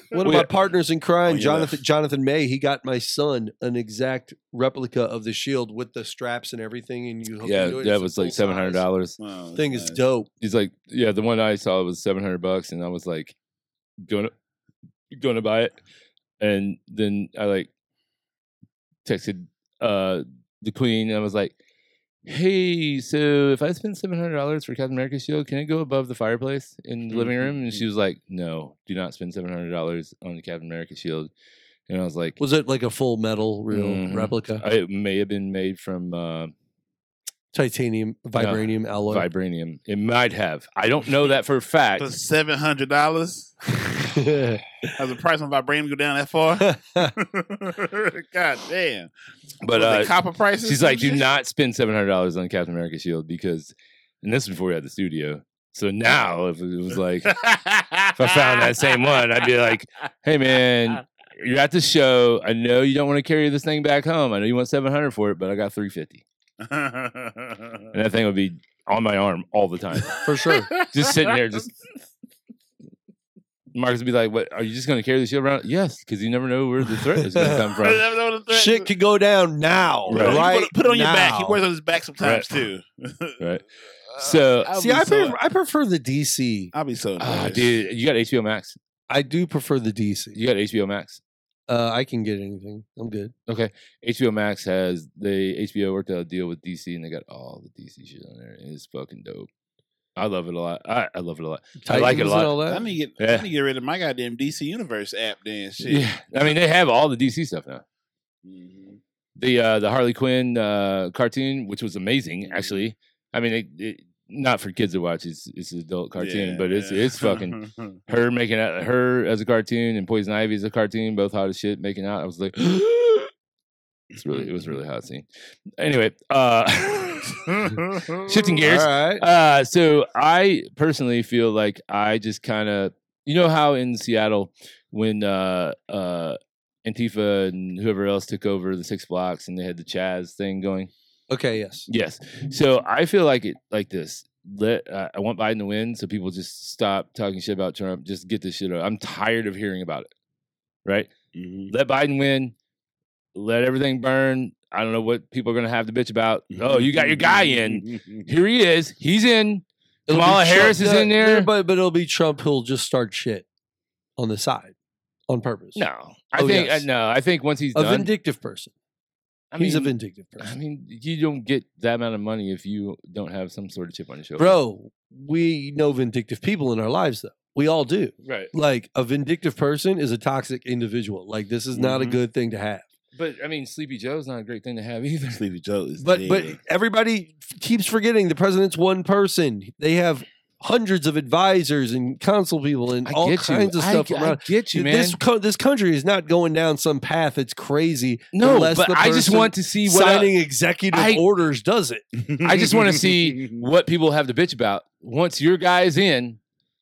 Speaker 3: one of
Speaker 4: We-
Speaker 3: my partners in crime,
Speaker 2: Oh, yeah.
Speaker 3: Jonathan Jonathan May. He got my son an exact replica of the shield with the straps and everything, and you hook
Speaker 4: Yeah,
Speaker 3: into it.
Speaker 4: that
Speaker 3: It's a
Speaker 4: was like
Speaker 3: full
Speaker 4: seven hundred
Speaker 3: size.
Speaker 4: dollars.
Speaker 2: Oh,
Speaker 3: Thing is
Speaker 2: that's nice.
Speaker 3: dope.
Speaker 4: He's like, yeah, the one I saw was seven hundred bucks, and I was like, gonna gonna buy it, and then I like texted uh the queen, and I was like, hey, so if I spend seven hundred dollars for Captain America's shield, can it go above the fireplace in the living room? And she was like, no, do not spend seven hundred dollars on the Captain America shield. And I was like,
Speaker 3: Was it like a full metal real
Speaker 4: Mhm.
Speaker 3: replica?
Speaker 4: Uh, It may have been made from uh,
Speaker 3: Titanium, vibranium alloy.
Speaker 4: vibranium. It might have. I don't know that for a fact.
Speaker 2: For seven hundred dollars, has the price on vibranium go down that far? God damn!
Speaker 4: But
Speaker 2: Was it
Speaker 4: uh,
Speaker 2: copper prices.
Speaker 4: she's like, do not spend seven hundred dollars on Captain America shield because, and this is before we had the studio. So now, if it was like, if I found that same one, I'd be like, hey man, you're at the show. I know you don't want to carry this thing back home. I know you want seven hundred for it, but I got three fifty, and that thing would be on my arm all the time.
Speaker 3: For sure.
Speaker 4: just sitting there, just Marcus would be like, "What? Are you just going to carry the shield around?" Yes, because you never know where the threat is going to come
Speaker 2: Right.
Speaker 4: from.
Speaker 3: Shit could go down now.
Speaker 4: Right.
Speaker 3: Right.
Speaker 2: Oh, You put, it- put it on your back. He
Speaker 3: now.
Speaker 2: wears it on his back sometimes too.
Speaker 4: Right. So,
Speaker 2: I'll
Speaker 3: See,
Speaker 2: be
Speaker 3: I
Speaker 2: so- uh,
Speaker 3: prefer, I prefer the DC.
Speaker 2: I'll be so.
Speaker 4: Ah,
Speaker 2: nervous.
Speaker 4: dude, you got HBO Max.
Speaker 3: I do prefer the DC.
Speaker 4: You got HBO Max.
Speaker 3: Uh, I can get anything. I'm good.
Speaker 4: HBO Max has they HBO worked out a deal with DC, and they got all the DC shit on there. and It's fucking dope. I love it a lot. I, I love it a lot. I like it a
Speaker 3: Titans and
Speaker 4: lot.
Speaker 3: all that.
Speaker 2: I need to get.
Speaker 4: Yeah.
Speaker 2: I need to get rid of my goddamn DC Universe app. Then shit.
Speaker 4: Yeah, I mean they have all the DC stuff now.
Speaker 2: Mhm.
Speaker 4: the uh, the Harley Quinn uh, cartoon, which was
Speaker 2: Mm-hmm.
Speaker 4: amazing, actually. I mean, it, it, not for kids to watch. It's it's an adult cartoon,
Speaker 2: Yeah,
Speaker 4: but it's
Speaker 2: yeah.
Speaker 4: it's fucking her making out her as a cartoon and Poison Ivy as a cartoon, both hot as shit making out. I was like, it's really it was a really hot scene. Anyway, uh, shifting gears.
Speaker 3: All right.
Speaker 4: Uh, so I personally feel like I just kind of, you know, how in Seattle when uh, uh, Antifa and whoever else took over the six blocks and they had the Chaz thing going.
Speaker 3: Okay. Yes.
Speaker 4: Yes. So I feel like it like this. Let uh, I want Biden to win, so people just stop talking shit about Trump. Just get this shit out. I'm tired of hearing about it. Right.
Speaker 2: Mhm.
Speaker 4: Let Biden win. Let everything burn. I don't know what people are gonna have to bitch about. Oh, you got your guy in. Here he is. He's in.
Speaker 3: It'll be
Speaker 4: Kamala Harris
Speaker 3: Trump-
Speaker 4: is in
Speaker 3: yeah,
Speaker 4: there.
Speaker 3: but but it'll be Trump who'll just start shit on the side on purpose.
Speaker 4: No, I
Speaker 3: Oh,
Speaker 4: think
Speaker 3: yes.
Speaker 4: uh, no, I think once he's
Speaker 3: a
Speaker 4: done,
Speaker 3: vindictive person.
Speaker 4: I
Speaker 3: He's a
Speaker 4: mean,
Speaker 3: vindictive person.
Speaker 4: I mean, you don't get that amount of money if you don't have some sort of chip on your shoulder,
Speaker 3: Bro, we know vindictive people in our lives though. We all do.
Speaker 4: Right,
Speaker 3: Like a vindictive person is a toxic individual. Like this is not a
Speaker 4: Mm-hmm.
Speaker 2: Mhm.
Speaker 3: good thing to have.
Speaker 4: but I mean, Sleepy Joe's not a great thing to have either.
Speaker 2: Sleepy Joe is
Speaker 3: But but
Speaker 2: dead.
Speaker 3: everybody f- keeps forgetting the president's one person. They have hundreds of advisors and council people and
Speaker 4: I
Speaker 3: all
Speaker 4: get
Speaker 3: kinds
Speaker 4: you.
Speaker 3: of
Speaker 4: I
Speaker 3: stuff
Speaker 4: g- I,
Speaker 3: around.
Speaker 4: get you, man.
Speaker 3: This co- this country is not going down some path that's crazy.
Speaker 4: no,
Speaker 3: unless
Speaker 4: but
Speaker 3: the
Speaker 4: I just
Speaker 3: person
Speaker 4: want to see what el-
Speaker 3: Signing executive
Speaker 4: I- Mm.
Speaker 3: orders does it.
Speaker 4: I just want to see what people have to bitch about. Once your guy's in,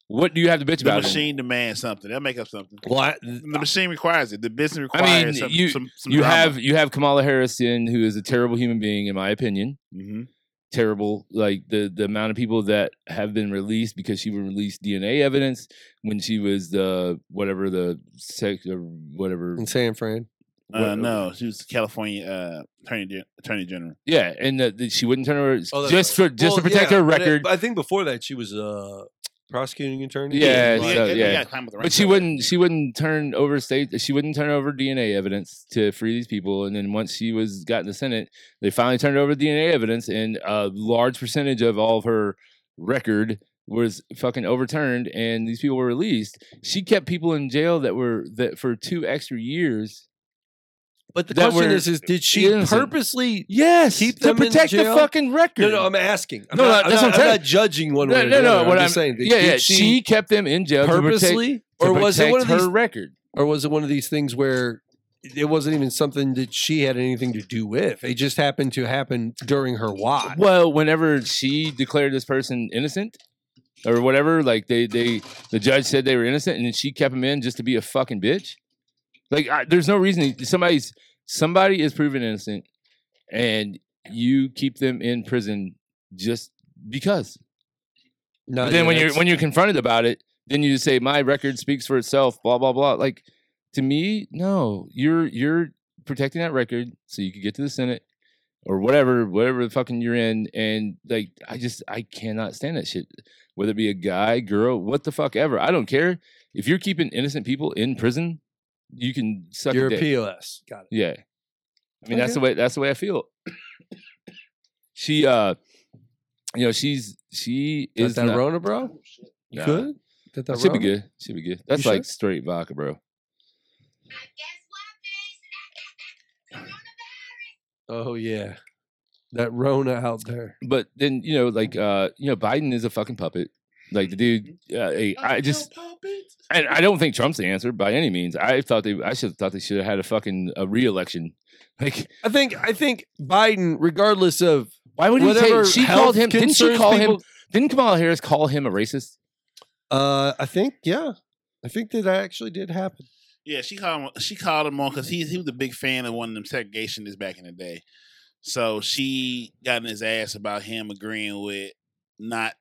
Speaker 4: what do you have to bitch
Speaker 2: the
Speaker 4: about?
Speaker 2: machine demands something. They'll make up something.
Speaker 3: Well, I,
Speaker 2: The machine requires it. The business
Speaker 4: I mean,
Speaker 2: requires some,
Speaker 4: you-
Speaker 2: some, some
Speaker 4: You
Speaker 2: drama.
Speaker 4: have you have Kamala Harris in, who is a terrible human being, in my opinion.
Speaker 2: Mhm.
Speaker 4: terrible. Like the the amount of people that have been released because she would release DNA evidence when she was the whatever the sex or whatever.
Speaker 3: in San Fran.
Speaker 2: Uh, no, she was the California uh, attorney Gen- attorney general.
Speaker 3: Oh,
Speaker 4: Oh, Yeah, and that that she wouldn't turn over just for just to protect her record.
Speaker 3: I think before that she was uh, prosecuting attorney.
Speaker 4: Yeah,
Speaker 2: you
Speaker 4: so,
Speaker 2: gotta- you
Speaker 4: yeah.
Speaker 2: gotta climb up the
Speaker 4: But
Speaker 2: ranks
Speaker 4: she
Speaker 2: up.
Speaker 4: wouldn't. She wouldn't turn over state. She wouldn't turn over DNA evidence to free these people. And then once she was got in the Senate, they finally turned over DNA evidence, and a large percentage of all of her record was fucking overturned, and these people were released. She kept people in jail that were that for two extra years.
Speaker 7: But the
Speaker 4: That
Speaker 7: question
Speaker 4: were
Speaker 7: is, is did she
Speaker 4: innocent.
Speaker 7: purposely?
Speaker 4: Yes,
Speaker 7: Keep
Speaker 4: to
Speaker 7: them in
Speaker 4: protect the
Speaker 7: jail?
Speaker 4: fucking record.
Speaker 3: No, no, I'm asking. I'm
Speaker 4: No,
Speaker 3: not,
Speaker 4: no, that's
Speaker 3: I'm
Speaker 4: what I'm
Speaker 3: not, I'm
Speaker 4: saying.
Speaker 3: not judging one
Speaker 4: No,
Speaker 3: way or
Speaker 4: no,
Speaker 3: the
Speaker 4: no,
Speaker 3: other.
Speaker 4: what
Speaker 3: I'm
Speaker 4: I'm-
Speaker 3: just saying. that
Speaker 4: yeah,
Speaker 3: did
Speaker 4: yeah.
Speaker 3: She,
Speaker 4: She kept them in jail to protect,
Speaker 3: purposely,
Speaker 4: to
Speaker 3: or was it one of
Speaker 4: protect
Speaker 3: these?
Speaker 4: her record.
Speaker 3: Or was it one of these things where it wasn't even something that she had anything to do with? It just happened to happen during her watch.
Speaker 4: Well, whenever she declared this person innocent or whatever, like they they the judge said they were innocent, and then she kept them in just to be a fucking bitch. Like, I, there's no reason somebody's somebody is proven innocent, and you keep them in prison just because.
Speaker 3: No,
Speaker 4: But then
Speaker 3: yeah,
Speaker 4: when you're
Speaker 3: that's-
Speaker 4: when you're confronted about it, then you just say my record speaks for itself. Blah blah blah. Like to me, no, you're you're protecting that record so you could get to the Senate or whatever, whatever the fucking you're in. And like, I just I cannot stand that shit. Whether it be a guy, girl, what the fuck ever, I don't care. If you're keeping innocent people in prison, you can suck
Speaker 3: you're
Speaker 4: a
Speaker 3: a
Speaker 4: dick.
Speaker 3: POS. Got it.
Speaker 4: Yeah. I mean that's the way that's the way I feel. she uh you know, she's she
Speaker 3: Is
Speaker 4: is
Speaker 3: that
Speaker 4: not-
Speaker 3: Rona, bro? You
Speaker 4: Nah.
Speaker 3: good? Got that
Speaker 4: Should be
Speaker 3: Rona?
Speaker 4: good. Should be good. That's
Speaker 3: sure?
Speaker 4: like straight vodka, bro.
Speaker 3: Oh yeah, that Rona out there.
Speaker 4: But then you know, like uh, you know, Biden is a fucking puppet. Like the dude, uh, hey, I just, and I don't think Trump's the answer by any means. I thought they, I should have thought they should have had a fucking a re-election. Like,
Speaker 3: I think I think Biden, regardless of
Speaker 4: why would he
Speaker 3: whatever
Speaker 4: take? She
Speaker 3: health
Speaker 4: called him. Didn't she
Speaker 3: concerns
Speaker 4: call him?
Speaker 3: people-
Speaker 4: Didn't Kamala Harris call him a racist?
Speaker 3: Uh, I think yeah, I think that that actually did happen.
Speaker 2: Yeah, she called him, she called him on because he he was a big fan of one of them segregationists back in the day. So she got in his ass about him agreeing with not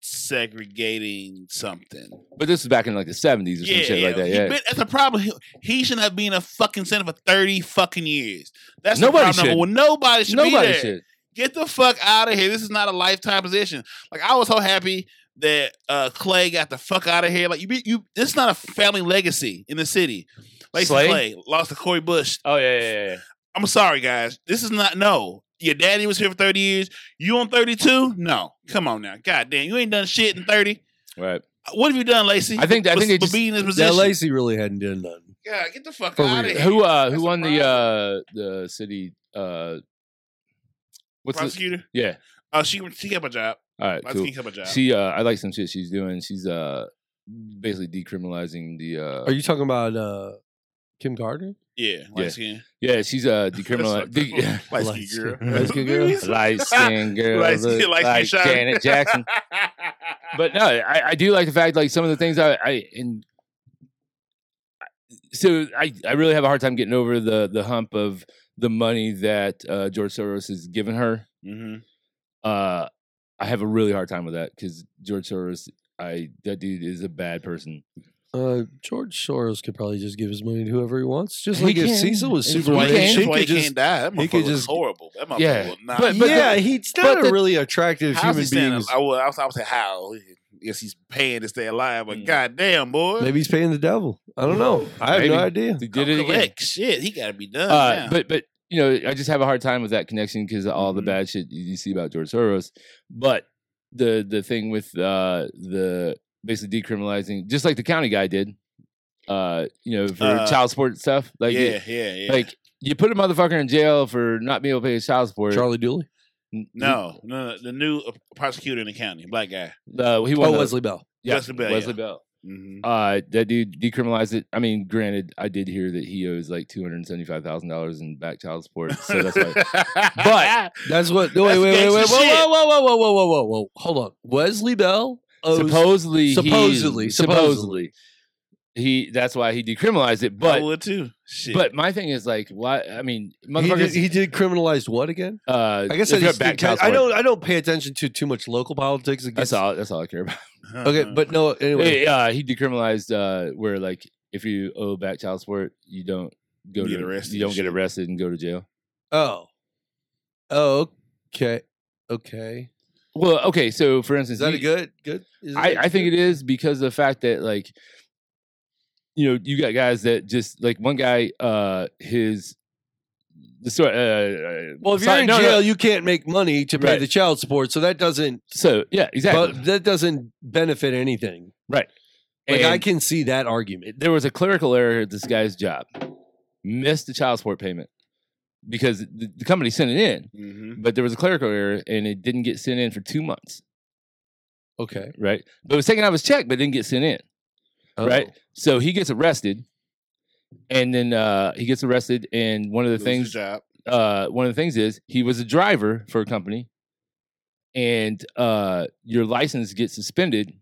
Speaker 2: segregating something.
Speaker 4: But this was back in like the seventies or some shit like that.
Speaker 2: he
Speaker 4: Yeah,
Speaker 2: been- that's a problem. He, he shouldn't have been a fucking senator for thirty fucking years. That's the
Speaker 4: Nobody
Speaker 2: problem number
Speaker 4: should.
Speaker 2: one. Nobody should. be
Speaker 4: nobody
Speaker 2: there.
Speaker 4: should.
Speaker 2: Get the fuck out of here. This is not a lifetime position. Like I was so happy that uh Clay got the fuck out of here. Like you, be, you. This is not a family legacy in the city. Like
Speaker 4: Slay?
Speaker 2: Clay, lost to Corey Bush.
Speaker 4: Oh yeah, yeah, yeah.
Speaker 2: I'm sorry, guys. This is not no. Your daddy was here for 30 years. You on 32? No. Come on now. God damn, you ain't done shit in 30.
Speaker 4: Right.
Speaker 2: What have you done, Lacey?
Speaker 4: I think- I think they just-
Speaker 2: being in this
Speaker 3: That
Speaker 2: position.
Speaker 3: Lacey really hadn't done nothing.
Speaker 2: God, get the fuck
Speaker 3: For
Speaker 2: out of
Speaker 3: real.
Speaker 2: here.
Speaker 4: Who uh
Speaker 2: That's
Speaker 4: who
Speaker 2: a
Speaker 4: won the
Speaker 2: problem.
Speaker 4: uh the city uh what's the,
Speaker 2: prosecutor?
Speaker 4: yeah.
Speaker 2: Oh, she she kept a job.
Speaker 4: All right,
Speaker 2: Lacey
Speaker 4: cool.
Speaker 2: kept a job.
Speaker 4: She uh I like some shit she's doing. She's uh basically decriminalizing the uh
Speaker 3: Are you talking about uh, Kim Gardner?
Speaker 2: yeah, light skin.
Speaker 4: yeah, she's uh decriminalizing
Speaker 2: That's
Speaker 4: de-
Speaker 2: what- light
Speaker 3: Light
Speaker 2: skin
Speaker 3: skin-
Speaker 2: girl.
Speaker 3: light skin girl?
Speaker 4: light skinned girl
Speaker 2: Light skin-
Speaker 4: look
Speaker 2: light skin
Speaker 4: like
Speaker 2: shot.
Speaker 4: Janet Jackson. but no, I, I do like the fact like some of the things I, I and so I, I really have a hard time getting over the the hump of the money that uh, George Soros has given her.
Speaker 2: hmm
Speaker 4: Uh, I have a really hard time with that because George Soros, I that dude is a bad person.
Speaker 3: Uh, George Soros could probably just give his money to whoever he wants. Just
Speaker 4: He
Speaker 3: like if
Speaker 4: can.
Speaker 3: Cecil was
Speaker 4: It's
Speaker 3: super
Speaker 4: why
Speaker 3: rich,
Speaker 4: he
Speaker 3: he,
Speaker 4: can't-
Speaker 2: That's why
Speaker 3: could
Speaker 2: he
Speaker 3: just.
Speaker 2: can't die. That
Speaker 3: he could
Speaker 2: motherfucker was
Speaker 3: just-
Speaker 2: horrible. That motherfucker
Speaker 4: Yeah,
Speaker 2: was not.
Speaker 4: but- but
Speaker 3: yeah, he's not
Speaker 4: but
Speaker 3: a
Speaker 4: the-
Speaker 3: really attractive
Speaker 2: How's he
Speaker 3: human
Speaker 2: staying?
Speaker 3: being.
Speaker 2: al- I would, I was, I would say how. Yes, he's paying to stay alive, but
Speaker 4: Mm.
Speaker 2: goddamn, boy,
Speaker 3: Maybe he's paying the devil. I don't know. I have
Speaker 4: Maybe.
Speaker 3: no idea.
Speaker 4: He
Speaker 2: Go
Speaker 4: did it again.
Speaker 2: collect. Shit, he got to be done.
Speaker 4: Uh,
Speaker 2: now.
Speaker 4: but but you know, I just have a hard time with that connection because of all the
Speaker 2: Mhm.
Speaker 4: bad shit you you see about George Soros. But the the thing with uh, the basically decriminalizing, just like the county guy did, uh, you know, for
Speaker 2: Uh,
Speaker 4: child support stuff. Like you-
Speaker 2: yeah, yeah, yeah.
Speaker 4: like you put a motherfucker in jail for not being able to pay his child support.
Speaker 3: Charlie Dooley.
Speaker 4: N-
Speaker 2: no, no, no, the new uh, prosecutor in the county, black guy,
Speaker 4: uh, he won
Speaker 3: Oh,
Speaker 4: the-
Speaker 3: Wesley Bell.
Speaker 4: yeah,
Speaker 2: Wesley Bell,
Speaker 4: Wesley
Speaker 2: yeah.
Speaker 4: Bell.
Speaker 2: hmm
Speaker 4: Uh, that dude decriminalized it. I mean, granted, I did hear that he owes like two hundred seventy-five thousand dollars in back child support, so that's why. But-
Speaker 3: That's what. No, wait,
Speaker 2: That's
Speaker 3: wait, wait, wait,
Speaker 2: gangsta
Speaker 3: whoa, whoa, whoa, whoa, whoa, whoa, whoa, whoa. Hold on. Wesley Bell owes
Speaker 4: supposedly, he-
Speaker 3: supposedly, supposedly.
Speaker 4: he. That's why he decriminalized it.
Speaker 2: I
Speaker 4: But
Speaker 2: would too. Shit.
Speaker 4: but my thing is like, why? I mean,
Speaker 3: He
Speaker 4: motherfuckers.
Speaker 3: did, he did criminalize what again?
Speaker 4: uh,
Speaker 3: I guess
Speaker 4: if
Speaker 3: I,
Speaker 4: you're
Speaker 3: just,
Speaker 4: back child
Speaker 3: I
Speaker 4: support,
Speaker 3: don't. I don't pay attention to too much local politics. I guess.
Speaker 4: That's all. Uh-huh. That's all I care about.
Speaker 3: Okay, but no. Anyway,
Speaker 4: Hey, uh, he decriminalized uh, where like if you owe back child support, you don't go
Speaker 2: You
Speaker 4: to
Speaker 2: get arrested
Speaker 4: You don't
Speaker 2: and
Speaker 4: get
Speaker 2: shit.
Speaker 4: arrested and go to jail.
Speaker 3: oh, oh, okay, okay.
Speaker 4: Well, okay. So, for instance,
Speaker 7: Is that a
Speaker 4: you-
Speaker 7: good? Good. Is
Speaker 4: I,
Speaker 7: that
Speaker 4: I think
Speaker 7: good?
Speaker 4: it is because of the fact that like you know you got guys that just like one guy uh his the story uh,
Speaker 3: Well, if
Speaker 4: sorry,
Speaker 3: you're in
Speaker 4: no, no,
Speaker 3: jail, you can't make money to pay
Speaker 4: Right.
Speaker 3: the child support, so that doesn't
Speaker 4: so yeah exactly
Speaker 3: but that doesn't benefit anything.
Speaker 4: right
Speaker 3: Like I
Speaker 4: And
Speaker 3: can see that argument.
Speaker 4: there was a clerical error at this guy's job missed the child support payment because the, the company sent it in
Speaker 2: Mm-hmm.
Speaker 4: but there was a clerical error and it didn't get sent in for two months
Speaker 3: Okay, oh.
Speaker 4: right but it was taken out of his check but it didn't get sent in Right. so he gets arrested and then uh he gets arrested and one of the things
Speaker 2: job.
Speaker 4: uh, one of the things is he was a driver for a company, and uh, your license gets suspended.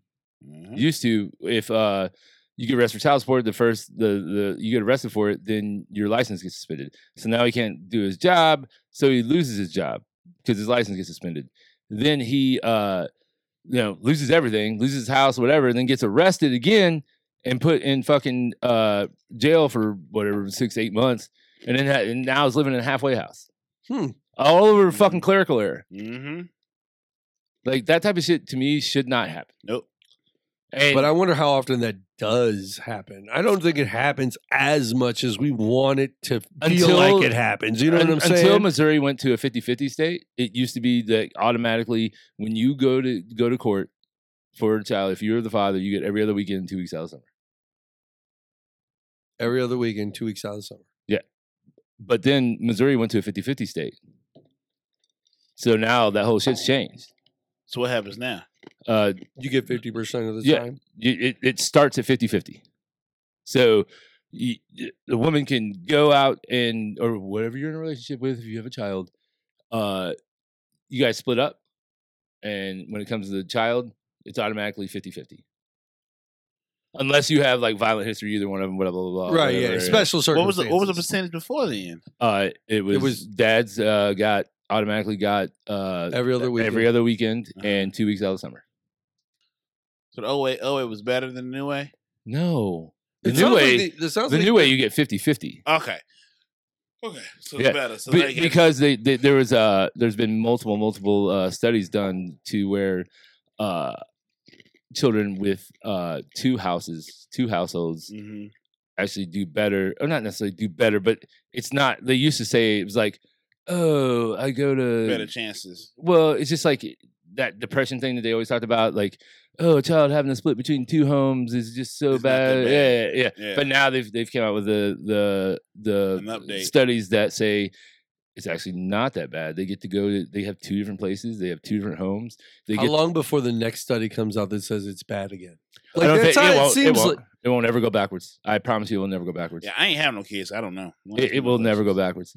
Speaker 2: Mhm.
Speaker 4: Used to, if uh, you get arrested for child support, the first the, the you get arrested for it, then your license gets suspended. So now he can't do his job, so he loses his job because his license gets suspended. Then he, uh, you know, loses everything, loses his house, whatever, and then gets arrested again and put in fucking uh, jail for whatever six eight months and then ha- and now is living in a halfway house.
Speaker 3: Hmm.
Speaker 4: All over fucking clerical error.
Speaker 2: Mm-hmm.
Speaker 4: Like that type of shit to me should not happen.
Speaker 2: Nope.
Speaker 4: And,
Speaker 3: but I wonder how often that does happen. I don't think it happens as much as we want it to feel
Speaker 4: Until-
Speaker 3: like it happens. You know what
Speaker 4: un-
Speaker 3: I'm saying?
Speaker 4: Until Missouri went to a 50-50 state, it used to be that automatically when you go to go to court for a child, if you're the father, you get every other weekend, two weeks out of summer.
Speaker 3: Every other weekend, two weeks out of the summer.
Speaker 4: But then Missouri went to a 50-50 state. So now that whole shit's changed.
Speaker 2: So what happens now?
Speaker 4: Uh,
Speaker 3: You get fifty percent of the
Speaker 4: Yeah.
Speaker 3: time.
Speaker 4: you, it, it starts at 50 50. So you, you- the woman can go out and, or whatever you're in a relationship with, if you have a child, uh, you guys split up. And when it comes to the child, it's automatically 50 50. Unless you have like violent history, either one of them, blah, blah, blah. blah,
Speaker 3: right.
Speaker 4: whatever.
Speaker 3: Yeah. Special
Speaker 2: What was
Speaker 3: circumstances.
Speaker 2: the, what was the percentage before then?
Speaker 4: Uh, it was,
Speaker 3: was-
Speaker 4: dad's uh, got automatically got uh,
Speaker 3: every other weekend?
Speaker 4: every other weekend
Speaker 2: Uh-huh.
Speaker 4: and two weeks out of summer.
Speaker 2: So the 08, 08 was better than the new way.
Speaker 4: No. The
Speaker 3: It sounds
Speaker 4: new
Speaker 3: like
Speaker 4: way,
Speaker 3: the- that sounds
Speaker 4: the
Speaker 3: like
Speaker 4: new way you get 50 50.
Speaker 2: Okay. Okay. So
Speaker 4: Yeah,
Speaker 2: it's better. So
Speaker 4: Be-
Speaker 2: they get-
Speaker 4: because they, they there was uh there's been multiple multiple uh, studies done to where uh children with uh two houses two households
Speaker 2: Mhm.
Speaker 4: actually do better or not necessarily do better but it's not they used to say it was like oh i go to
Speaker 2: better chances.
Speaker 4: well it's just like that depression thing that they always talked about like oh a child having to split between two homes is just so
Speaker 2: It's not that
Speaker 4: bad.
Speaker 2: bad.
Speaker 4: Yeah, yeah yeah
Speaker 2: Yeah.
Speaker 4: but now they've they've came out with the the
Speaker 2: An
Speaker 4: the
Speaker 2: update.
Speaker 4: studies that say it's actually not that bad. They get to go. to- They have two different places. They have two different homes. They
Speaker 3: How
Speaker 4: get.
Speaker 3: long before the next study comes out that says it's bad again?
Speaker 4: I don't
Speaker 3: Like that's
Speaker 4: think-
Speaker 3: how
Speaker 4: it,
Speaker 3: it,
Speaker 4: won't,
Speaker 3: seems.
Speaker 4: it, won't,
Speaker 3: like,
Speaker 4: it won't ever go backwards. I promise you, it will never go backwards.
Speaker 2: yeah, I ain't have no kids. I don't know.
Speaker 4: It, it will never go backwards.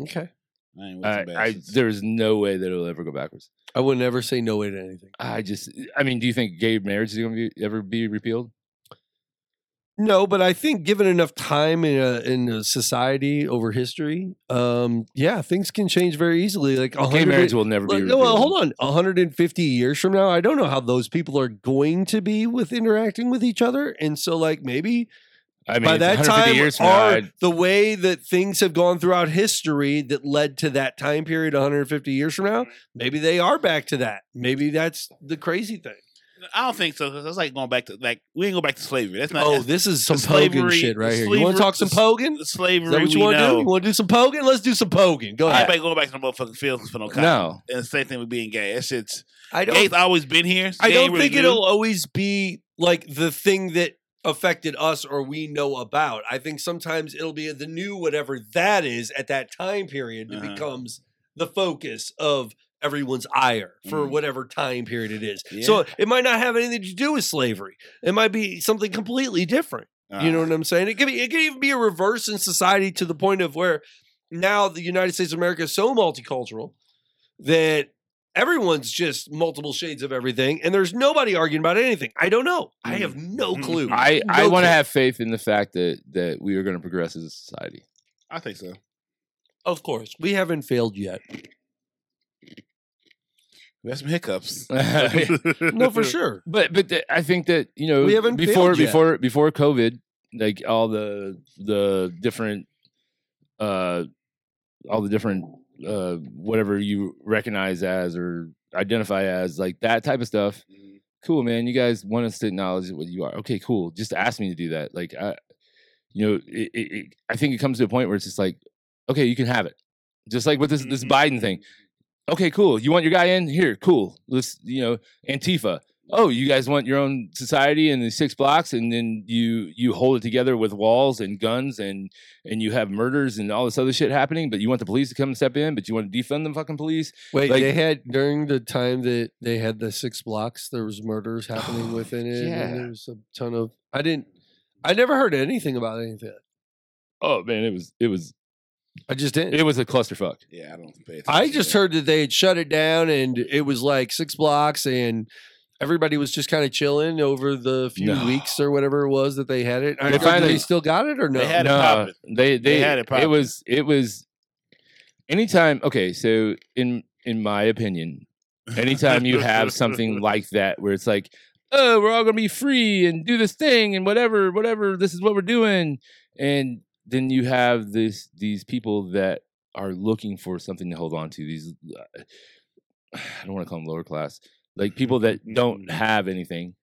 Speaker 3: okay,
Speaker 2: I ain't with
Speaker 4: I,
Speaker 2: them
Speaker 4: I,
Speaker 2: bastards.
Speaker 4: there is no way that it'll ever go backwards.
Speaker 3: I would never say no way to anything.
Speaker 4: I just, I mean, do you think gay marriage is going to be, ever be repealed?
Speaker 3: No, but I think given enough time in a, in a society over history, um, yeah, things can change very easily. Like a
Speaker 4: Gay
Speaker 3: hundred
Speaker 4: marriage
Speaker 3: and-
Speaker 4: will never be
Speaker 3: Like,
Speaker 4: repealed.
Speaker 3: no, well, hold on. 150 years from now, I don't know how those people are going to be with interacting with each other, and so like maybe
Speaker 4: I mean,
Speaker 3: by
Speaker 4: it's
Speaker 3: that
Speaker 4: 150
Speaker 3: time,
Speaker 4: years from now,
Speaker 3: are
Speaker 4: I'd-
Speaker 3: the way that things have gone throughout history that led to that time period 150 years from now, maybe they are back to that. Maybe that's the crazy thing.
Speaker 2: I don't think so. Cause that's like going back to like we ain't go back to slavery. That's not.
Speaker 3: Oh,
Speaker 2: that's-
Speaker 3: this is some Pogan
Speaker 2: slavery-
Speaker 3: shit right
Speaker 2: the
Speaker 3: here. You want
Speaker 2: slavery-
Speaker 3: to talk some
Speaker 2: the-
Speaker 3: Pogan? Is
Speaker 2: slavery.
Speaker 3: that what you
Speaker 2: we
Speaker 3: want to do?
Speaker 2: know.
Speaker 3: You want to do some Pogan? Let's do some Pogan. Go
Speaker 2: I ain't
Speaker 3: ahead.
Speaker 2: about going back to the motherfucking fields for no cop.
Speaker 4: no,
Speaker 2: And the same thing with being gay. That shit's
Speaker 3: I
Speaker 2: gay's always been here. so
Speaker 3: I
Speaker 2: gay ain't
Speaker 3: don't
Speaker 2: really
Speaker 3: think
Speaker 2: new.
Speaker 3: it'll always be like the thing that affected us or we know about. I think sometimes it'll be the new whatever that is at that time period that
Speaker 2: Uh-huh.
Speaker 3: becomes the focus of everyone's ire for
Speaker 2: Mm.
Speaker 3: whatever time period it is. So it might not have anything to do with slavery. It might be something completely different.
Speaker 2: Uh-huh.
Speaker 3: You know what I'm saying? It could be it could even be a reverse in society to the point of where now the United States of America is so multicultural that everyone's just multiple shades of everything and there's nobody arguing about anything. I don't know. I have no
Speaker 2: Mm.
Speaker 3: clue.
Speaker 4: I, I
Speaker 3: No
Speaker 4: want to
Speaker 3: clue.
Speaker 4: have faith in the fact that that we are going to progress as a society.
Speaker 2: I think so.
Speaker 3: Of course. We haven't failed yet.
Speaker 2: We had some hiccups.
Speaker 3: No, for sure.
Speaker 4: But but th- I think that you know
Speaker 3: We haven't
Speaker 4: before
Speaker 3: failed yet.
Speaker 4: before before COVID, like all the the different uh all the different uh, whatever you recognize as or identify as, like that type of stuff. Cool, man. You guys want us to acknowledge what you are. Okay, cool. Just ask me to do that. Like, I, you know, it, it, it, I think it comes to a point where it's just like, okay, you can have it. Just like with this this Biden thing. Okay, cool. You want your guy in here? Cool. Let's you know Antifa. Oh, you guys want your own society and the six blocks, and then you you hold it together with walls and guns, and and you have murders and all this other shit happening. But you want the police to come and step in, but you want to defund the fucking police.
Speaker 3: Wait,
Speaker 4: Like-
Speaker 3: they had during the time that they had the six blocks, there was murders happening within it.
Speaker 4: Oh, Yeah.
Speaker 3: And there was a ton of. I didn't. I never heard anything about anything.
Speaker 4: Oh man, it was it was
Speaker 3: I just didn't.
Speaker 4: it was a clusterfuck.
Speaker 2: Yeah, I don't pay attention.
Speaker 3: I
Speaker 2: to
Speaker 3: just
Speaker 2: that.
Speaker 3: heard that they had shut it down, and it was like six blocks, and everybody was just kind of chilling over the few
Speaker 4: No.
Speaker 3: weeks or whatever it was that they had it. I
Speaker 4: They
Speaker 3: they finally
Speaker 4: finally-
Speaker 3: they still got it or no?
Speaker 2: They had it popping.
Speaker 4: They, they
Speaker 2: They had
Speaker 4: had
Speaker 2: it
Speaker 4: it.
Speaker 2: popping.
Speaker 4: It was it was anytime. Okay, so in in my opinion, anytime you have something like that where it's like, oh, we're all gonna be free and do this thing and whatever, whatever. This is what we're doing, and then you have this these people that are looking for something to hold on to. These uh, I don't want to call them lower class, like people that
Speaker 2: Mm-hmm.
Speaker 4: don't have anything.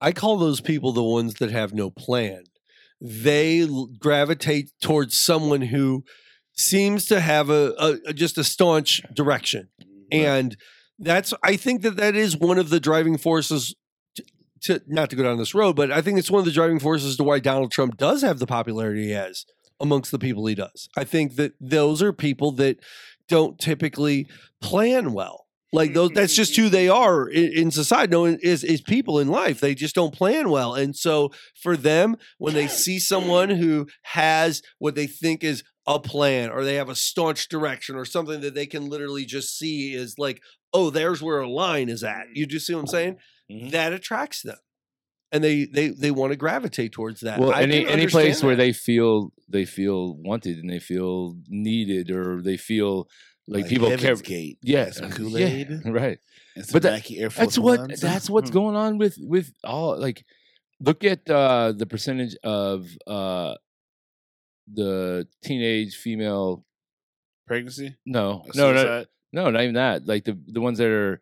Speaker 3: I call those people the ones that have no plan. They l- gravitate towards someone who seems to have a, a- a- just a staunch direction, and that's. I think that that is one of the driving forces. t- To, not to go down this road, but I think it's one of the driving forces to why Donald Trump does have the popularity he has amongst the people he does. I think that those are people that don't typically plan well. Like those, that's just who they are in, in society. No, is is people in life. They just don't plan well, and so for them, when they see someone who has what they think is a plan, or they have a staunch direction, or something that they can literally just see is like, oh, there's where a line is at. You just see what I'm saying?
Speaker 4: Mhm.
Speaker 3: That attracts them, and they they they want to gravitate towards that.
Speaker 4: well
Speaker 3: I
Speaker 4: any
Speaker 3: can
Speaker 4: any place
Speaker 3: understand
Speaker 4: where
Speaker 3: that.
Speaker 4: they feel they feel wanted and they feel needed or they feel like, people care
Speaker 2: Heaven's Gate.
Speaker 4: yeah,
Speaker 2: and some
Speaker 4: yeah,
Speaker 2: Kool Aid.
Speaker 4: right
Speaker 2: but that,
Speaker 4: But that-
Speaker 2: Nike Air Force
Speaker 4: that's what
Speaker 2: Ones. Hmm.
Speaker 4: that's
Speaker 3: Hmm.
Speaker 4: what's going on with with all like look at uh the percentage of uh the teenage female
Speaker 2: Pregnancy?
Speaker 4: no no no
Speaker 2: Suicide?
Speaker 4: no not even that like the the ones that are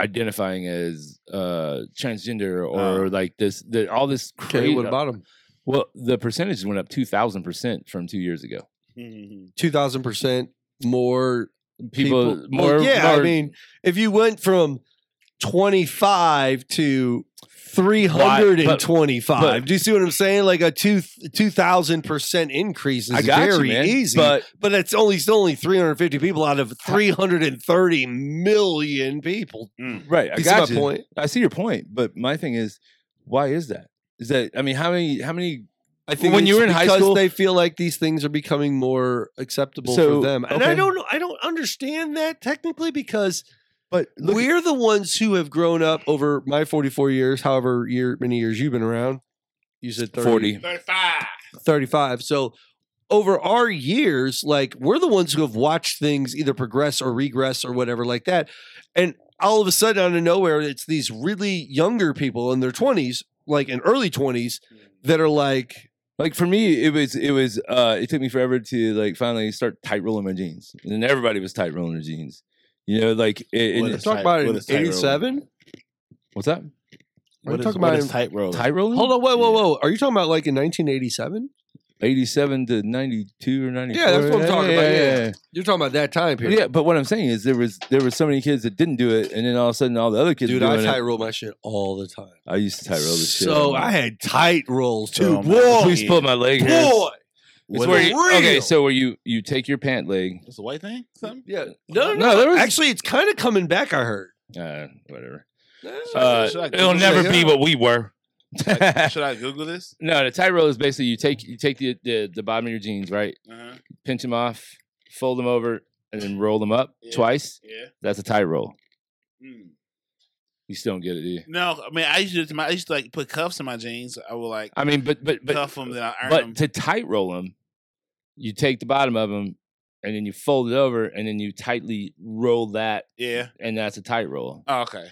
Speaker 4: identifying as uh transgender or
Speaker 2: Oh.
Speaker 4: like this the, all this
Speaker 3: okay,
Speaker 4: crazy
Speaker 3: what about them?
Speaker 4: well the percentages went up 2000% from 2 years ago
Speaker 2: Mhm.
Speaker 3: Two thousand percent more
Speaker 4: people, more
Speaker 3: well, yeah, I
Speaker 4: more-
Speaker 3: mean, if you went from twenty five to three hundred and twenty
Speaker 4: Why?
Speaker 3: five,
Speaker 4: But-
Speaker 3: do you see what I'm saying? Like a two two thousand percent increase is
Speaker 4: I got you,
Speaker 3: very
Speaker 4: man,
Speaker 3: easy,
Speaker 4: but
Speaker 3: but it's only it's only three hundred fifty people out of three hundred and thirty million people.
Speaker 4: right, I
Speaker 3: You see
Speaker 4: got
Speaker 3: my
Speaker 4: you.
Speaker 3: point?
Speaker 4: I see your point, but my thing is, why is that? Is that I mean, how many how many
Speaker 3: I
Speaker 4: think when you
Speaker 3: it's
Speaker 4: were in high
Speaker 3: because
Speaker 4: school-
Speaker 3: they feel like these things are becoming more acceptable
Speaker 4: So,
Speaker 3: for them, and I
Speaker 4: okay.
Speaker 3: don't know- I don't understand that technically because
Speaker 4: but look,
Speaker 3: We're the ones who have grown up over my 44 years, however year many years you've been around. You said 30,
Speaker 4: 40.
Speaker 2: 35.
Speaker 3: 35. So over our years, like we're the ones who have watched things either progress or regress or whatever like that. And all of a sudden, out of nowhere, it's these really younger people in their 20s, like in early 20s, that are like,
Speaker 4: like for me, it was it was uh it took me forever to like finally start tight rolling my jeans. And everybody was tight rolling their jeans. You know, like it,
Speaker 2: What
Speaker 4: and-
Speaker 2: is-
Speaker 3: talk
Speaker 2: tight-
Speaker 3: about it
Speaker 2: what
Speaker 3: in
Speaker 2: is tight roll?
Speaker 3: 87?
Speaker 4: what's that?
Speaker 3: Are you
Speaker 2: What is,
Speaker 3: talking
Speaker 2: what
Speaker 3: about
Speaker 2: is
Speaker 3: in-
Speaker 2: tight roll?
Speaker 4: Tight rolling?
Speaker 3: Hold on, whoa, whoa, whoa. Are you talking about like in 1987?
Speaker 4: Eighty seven to ninety two or ninety four.
Speaker 3: Yeah, that's what I'm talking about, yeah.
Speaker 4: yeah.
Speaker 3: You're talking about that time
Speaker 4: But
Speaker 3: period.
Speaker 4: yeah, but what I'm saying is there was there were so many kids that didn't do it, and then all of a sudden all the other kids
Speaker 3: Dude,
Speaker 4: were
Speaker 3: I
Speaker 4: doing
Speaker 3: tight
Speaker 4: it.
Speaker 3: roll my shit all the time.
Speaker 4: I used to tight roll this shit.
Speaker 3: So I had tight rolls too.
Speaker 2: Oh, man.
Speaker 3: boy,
Speaker 4: please pull my leg hairs.
Speaker 3: boy.
Speaker 4: It's where you, okay,
Speaker 3: real.
Speaker 4: so where you you take your pant leg,
Speaker 2: It's a white thing? Something?
Speaker 3: Yeah. No, no.
Speaker 4: No, there was-
Speaker 3: Actually, it's kind of coming back. I heard.
Speaker 4: uh, whatever.
Speaker 2: Uh, should I Google this?
Speaker 4: what we were.
Speaker 2: Should I Google this?
Speaker 4: no, the tie roll is basically you take you take the, the the bottom of your jeans, right?
Speaker 2: Uh-huh.
Speaker 4: Pinch them off, fold them over, and then roll them up
Speaker 2: Yeah.
Speaker 4: twice.
Speaker 2: Yeah.
Speaker 4: That's a tie roll.
Speaker 2: Mm.
Speaker 4: You still don't get it, do you?
Speaker 2: No, I mean, I used to, do it to my, I used to like put cuffs in my jeans. I would like
Speaker 3: Uh,
Speaker 4: I mean, but but but
Speaker 2: cuff them, then I iron
Speaker 4: but
Speaker 2: them.
Speaker 4: to tight roll them, you take the bottom of them, and then you fold it over, and then you tightly roll that,
Speaker 2: yeah.
Speaker 4: and that's a tight roll.
Speaker 2: Oh, okay.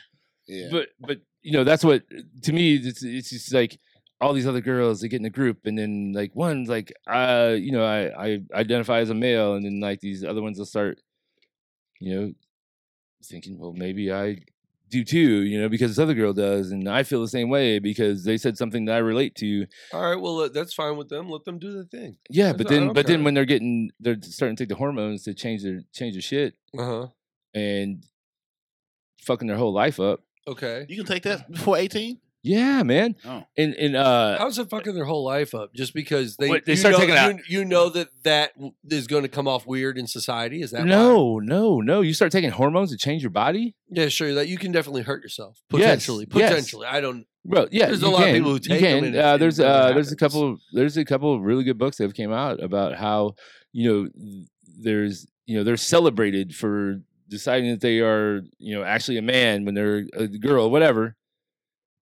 Speaker 2: Yeah.
Speaker 4: but but you know that's what to me it's it's just like all these other girls they get in a group and then like one's like uh you know I I identify as a male and then like these other ones will start you know, thinking, well, maybe I do too, you know, because this other girl does, and I feel the same way because they said something that I relate to.
Speaker 3: All right, well uh, that's fine with them. Let them do their thing.
Speaker 4: Yeah,
Speaker 3: That's
Speaker 4: but
Speaker 3: not- I
Speaker 4: then,
Speaker 3: don't
Speaker 4: but then
Speaker 3: care.
Speaker 4: when they're getting, they're starting to take the hormones to change their change their shit
Speaker 3: Uh
Speaker 4: Uh-huh.
Speaker 3: huh.
Speaker 4: and fucking their whole life up.
Speaker 3: Okay.
Speaker 8: You can take that before 18?
Speaker 4: Yeah, man.
Speaker 8: Oh.
Speaker 4: And and uh,
Speaker 3: How's it fucking their whole life up? Just because they
Speaker 4: What, they
Speaker 3: you
Speaker 4: start
Speaker 3: know,
Speaker 4: taking
Speaker 3: you,
Speaker 4: out-
Speaker 3: you know that that w- is going to come off weird in society. Is that why?
Speaker 4: no, no, no. You start taking hormones to change your body.
Speaker 3: Yeah, sure. That you can definitely hurt yourself
Speaker 4: Yes,
Speaker 3: potentially.
Speaker 4: yes.
Speaker 3: Potentially, I don't.
Speaker 4: Well, yeah,
Speaker 3: There's a
Speaker 4: you
Speaker 3: lot of
Speaker 4: can.
Speaker 3: people who
Speaker 4: You
Speaker 3: take 'em
Speaker 4: can.
Speaker 3: and it-
Speaker 4: uh,
Speaker 3: it
Speaker 4: there's
Speaker 3: really
Speaker 4: uh, there's a
Speaker 3: happens.
Speaker 4: couple of, there's a couple of really good books that have came out about how you know there's you know they're celebrated for deciding that they are you know actually a man when they're a girl whatever,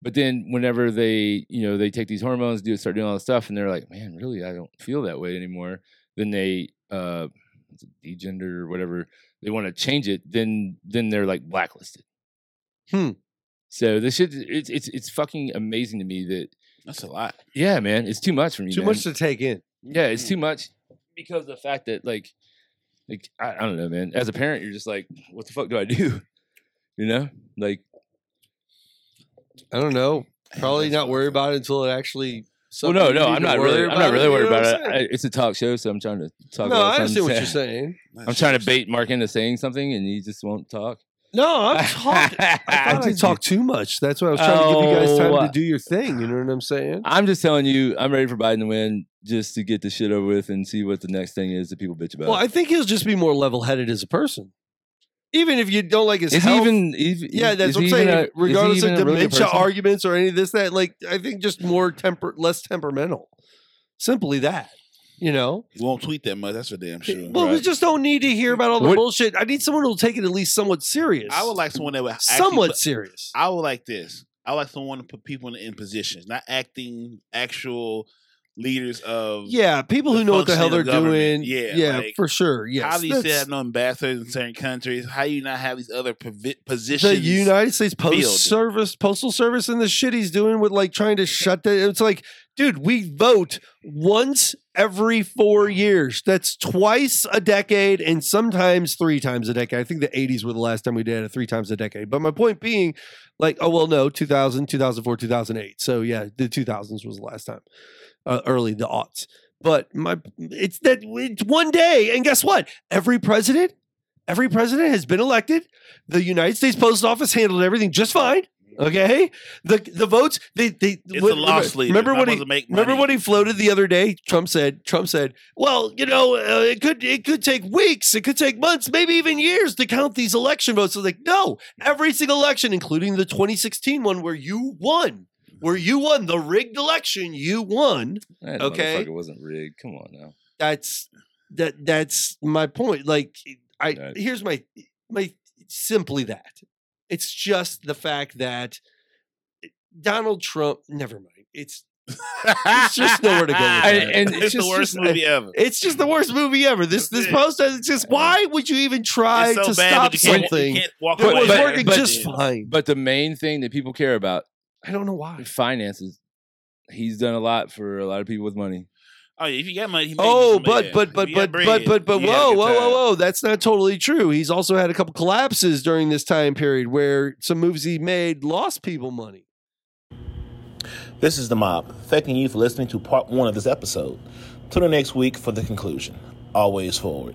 Speaker 4: but then whenever they you know they take these hormones do start doing all this stuff and they're like man really I don't feel that way anymore then they uh it's a degender or whatever they want to change it then then they're like blacklisted.
Speaker 3: Hmm.
Speaker 4: So this shit, it's it's it's fucking amazing to me that
Speaker 8: That's a lot.
Speaker 4: yeah, man, it's too much for me.
Speaker 3: Too
Speaker 4: man.
Speaker 3: much to Mm. take in.
Speaker 4: yeah, it's too much because of the fact that like, like I, I don't know, man. As a parent, you're just like, what the fuck do I do? You know, like
Speaker 3: I don't know. Probably not worry about it until it actually.
Speaker 4: well,
Speaker 3: something
Speaker 4: no,
Speaker 3: you
Speaker 4: no,
Speaker 3: need
Speaker 4: I'm
Speaker 3: to
Speaker 4: not
Speaker 3: worry
Speaker 4: really, I'm
Speaker 3: about,
Speaker 4: not really
Speaker 3: you
Speaker 4: worried
Speaker 3: know what
Speaker 4: about
Speaker 3: I'm
Speaker 4: it. I, it's a talk show, so I'm trying to talk.
Speaker 3: saying? No,
Speaker 4: about
Speaker 3: I
Speaker 4: something.
Speaker 3: understand what you're saying.
Speaker 4: I'm trying to bait Mark into saying something, and he just won't talk.
Speaker 3: No, I'm talking. I thought I
Speaker 4: just-
Speaker 3: talked too much. That's why I was trying to give you guys
Speaker 4: Oh.
Speaker 3: time to do your thing. You know what I'm saying?
Speaker 4: I'm just telling you, I'm ready for Biden to win just to get this shit over with and see what the next thing is that people bitch about.
Speaker 3: Well, I think he'll just be more level-headed as a person. Even if you don't like his
Speaker 4: is
Speaker 3: health,
Speaker 4: he even? Is,
Speaker 3: yeah, that's
Speaker 4: is
Speaker 3: what I'm
Speaker 4: he even
Speaker 3: saying.
Speaker 4: a- is
Speaker 3: If-
Speaker 4: he
Speaker 3: regardless
Speaker 4: even
Speaker 3: of
Speaker 4: a really good
Speaker 3: dementia
Speaker 4: person?
Speaker 3: arguments or any of this that, like I think just more temper, less temperamental. Simply that, you know.
Speaker 2: You won't tweet that much. That's for damn sure.
Speaker 3: Well, we just don't need to hear about all the
Speaker 4: What-
Speaker 3: bullshit. I need someone who'll take it at least somewhat serious.
Speaker 2: I would like someone that would actually
Speaker 3: somewhat
Speaker 2: put-
Speaker 3: serious.
Speaker 2: I would like this. I would like someone to put people in, in positions, not acting actual leaders of.
Speaker 3: Yeah, people
Speaker 2: the
Speaker 3: who know what the hell they're
Speaker 2: functioning of
Speaker 3: doing.
Speaker 2: government. Yeah,
Speaker 3: yeah,
Speaker 2: like,
Speaker 3: for sure.
Speaker 2: how
Speaker 3: Yes,
Speaker 2: do you still
Speaker 3: that's-
Speaker 2: have no ambassadors in certain countries? How do you not have these other provi- positions?
Speaker 3: the United States Post
Speaker 2: field.
Speaker 3: Service, Postal Service, and the shit he's doing with like trying to shut the. It's like, dude, we vote once every four years. That's twice a decade, and sometimes three times a decade. I think the '80s were the last time we did it three times a decade. But my point being, like, oh well, no, 2000, 2004, 2008. So yeah, the 2000s was the last time. Uh, early the aughts. But my, it's that it's one day, and guess what? Every president, every president has been elected the United States Post Office handled everything just fine. Okay, the the votes they they
Speaker 2: It's
Speaker 3: when-
Speaker 2: a loss leader.
Speaker 3: Remember
Speaker 2: Not
Speaker 3: when
Speaker 2: about
Speaker 3: he
Speaker 2: to make
Speaker 3: remember
Speaker 2: money.
Speaker 3: when he floated the other day? Trump said Trump said, well, you know, uh, it could it could take weeks, it could take months, maybe even years to count these election votes. I was like, no, every single election, including the 2016 one where you won, where you won the rigged election, you won.
Speaker 4: That
Speaker 3: Okay.
Speaker 4: motherfucker wasn't rigged. Come on now.
Speaker 3: that's that that's my point like e, i
Speaker 4: Right.
Speaker 3: here's my my simply that it's just the fact that eh, donald trump never mind it's it's just nowhere to go with that.
Speaker 4: and
Speaker 2: it's, the worst movie ever.
Speaker 3: it's just the worst movie ever this
Speaker 2: That's
Speaker 3: this
Speaker 2: it.
Speaker 3: post uh, it's just why would you even try
Speaker 2: It's so bad
Speaker 3: to
Speaker 2: that
Speaker 3: stop
Speaker 2: you can't,
Speaker 3: something
Speaker 2: You
Speaker 3: that
Speaker 2: can't walk
Speaker 4: But-
Speaker 2: away.
Speaker 3: was
Speaker 4: but-
Speaker 3: working
Speaker 4: but-
Speaker 3: just fine
Speaker 4: But the main thing that people care about
Speaker 3: i don't know why
Speaker 4: finances. He's done a lot for a lot of people with money.
Speaker 2: Oh, yeah, if you got money, he
Speaker 3: Oh,
Speaker 2: making some
Speaker 3: but
Speaker 2: ass.
Speaker 3: but
Speaker 2: If
Speaker 3: but
Speaker 2: you got
Speaker 3: but
Speaker 2: bread,
Speaker 3: but but but
Speaker 2: you had a
Speaker 3: whoa
Speaker 2: good
Speaker 3: whoa whoa
Speaker 2: time.
Speaker 3: whoa! That's not totally true. He's also had a couple collapses during this time period where some movies he made lost people money.
Speaker 5: This is The Mob, thanking you for listening to part one of this episode. Tune in next week for the conclusion. Always forward.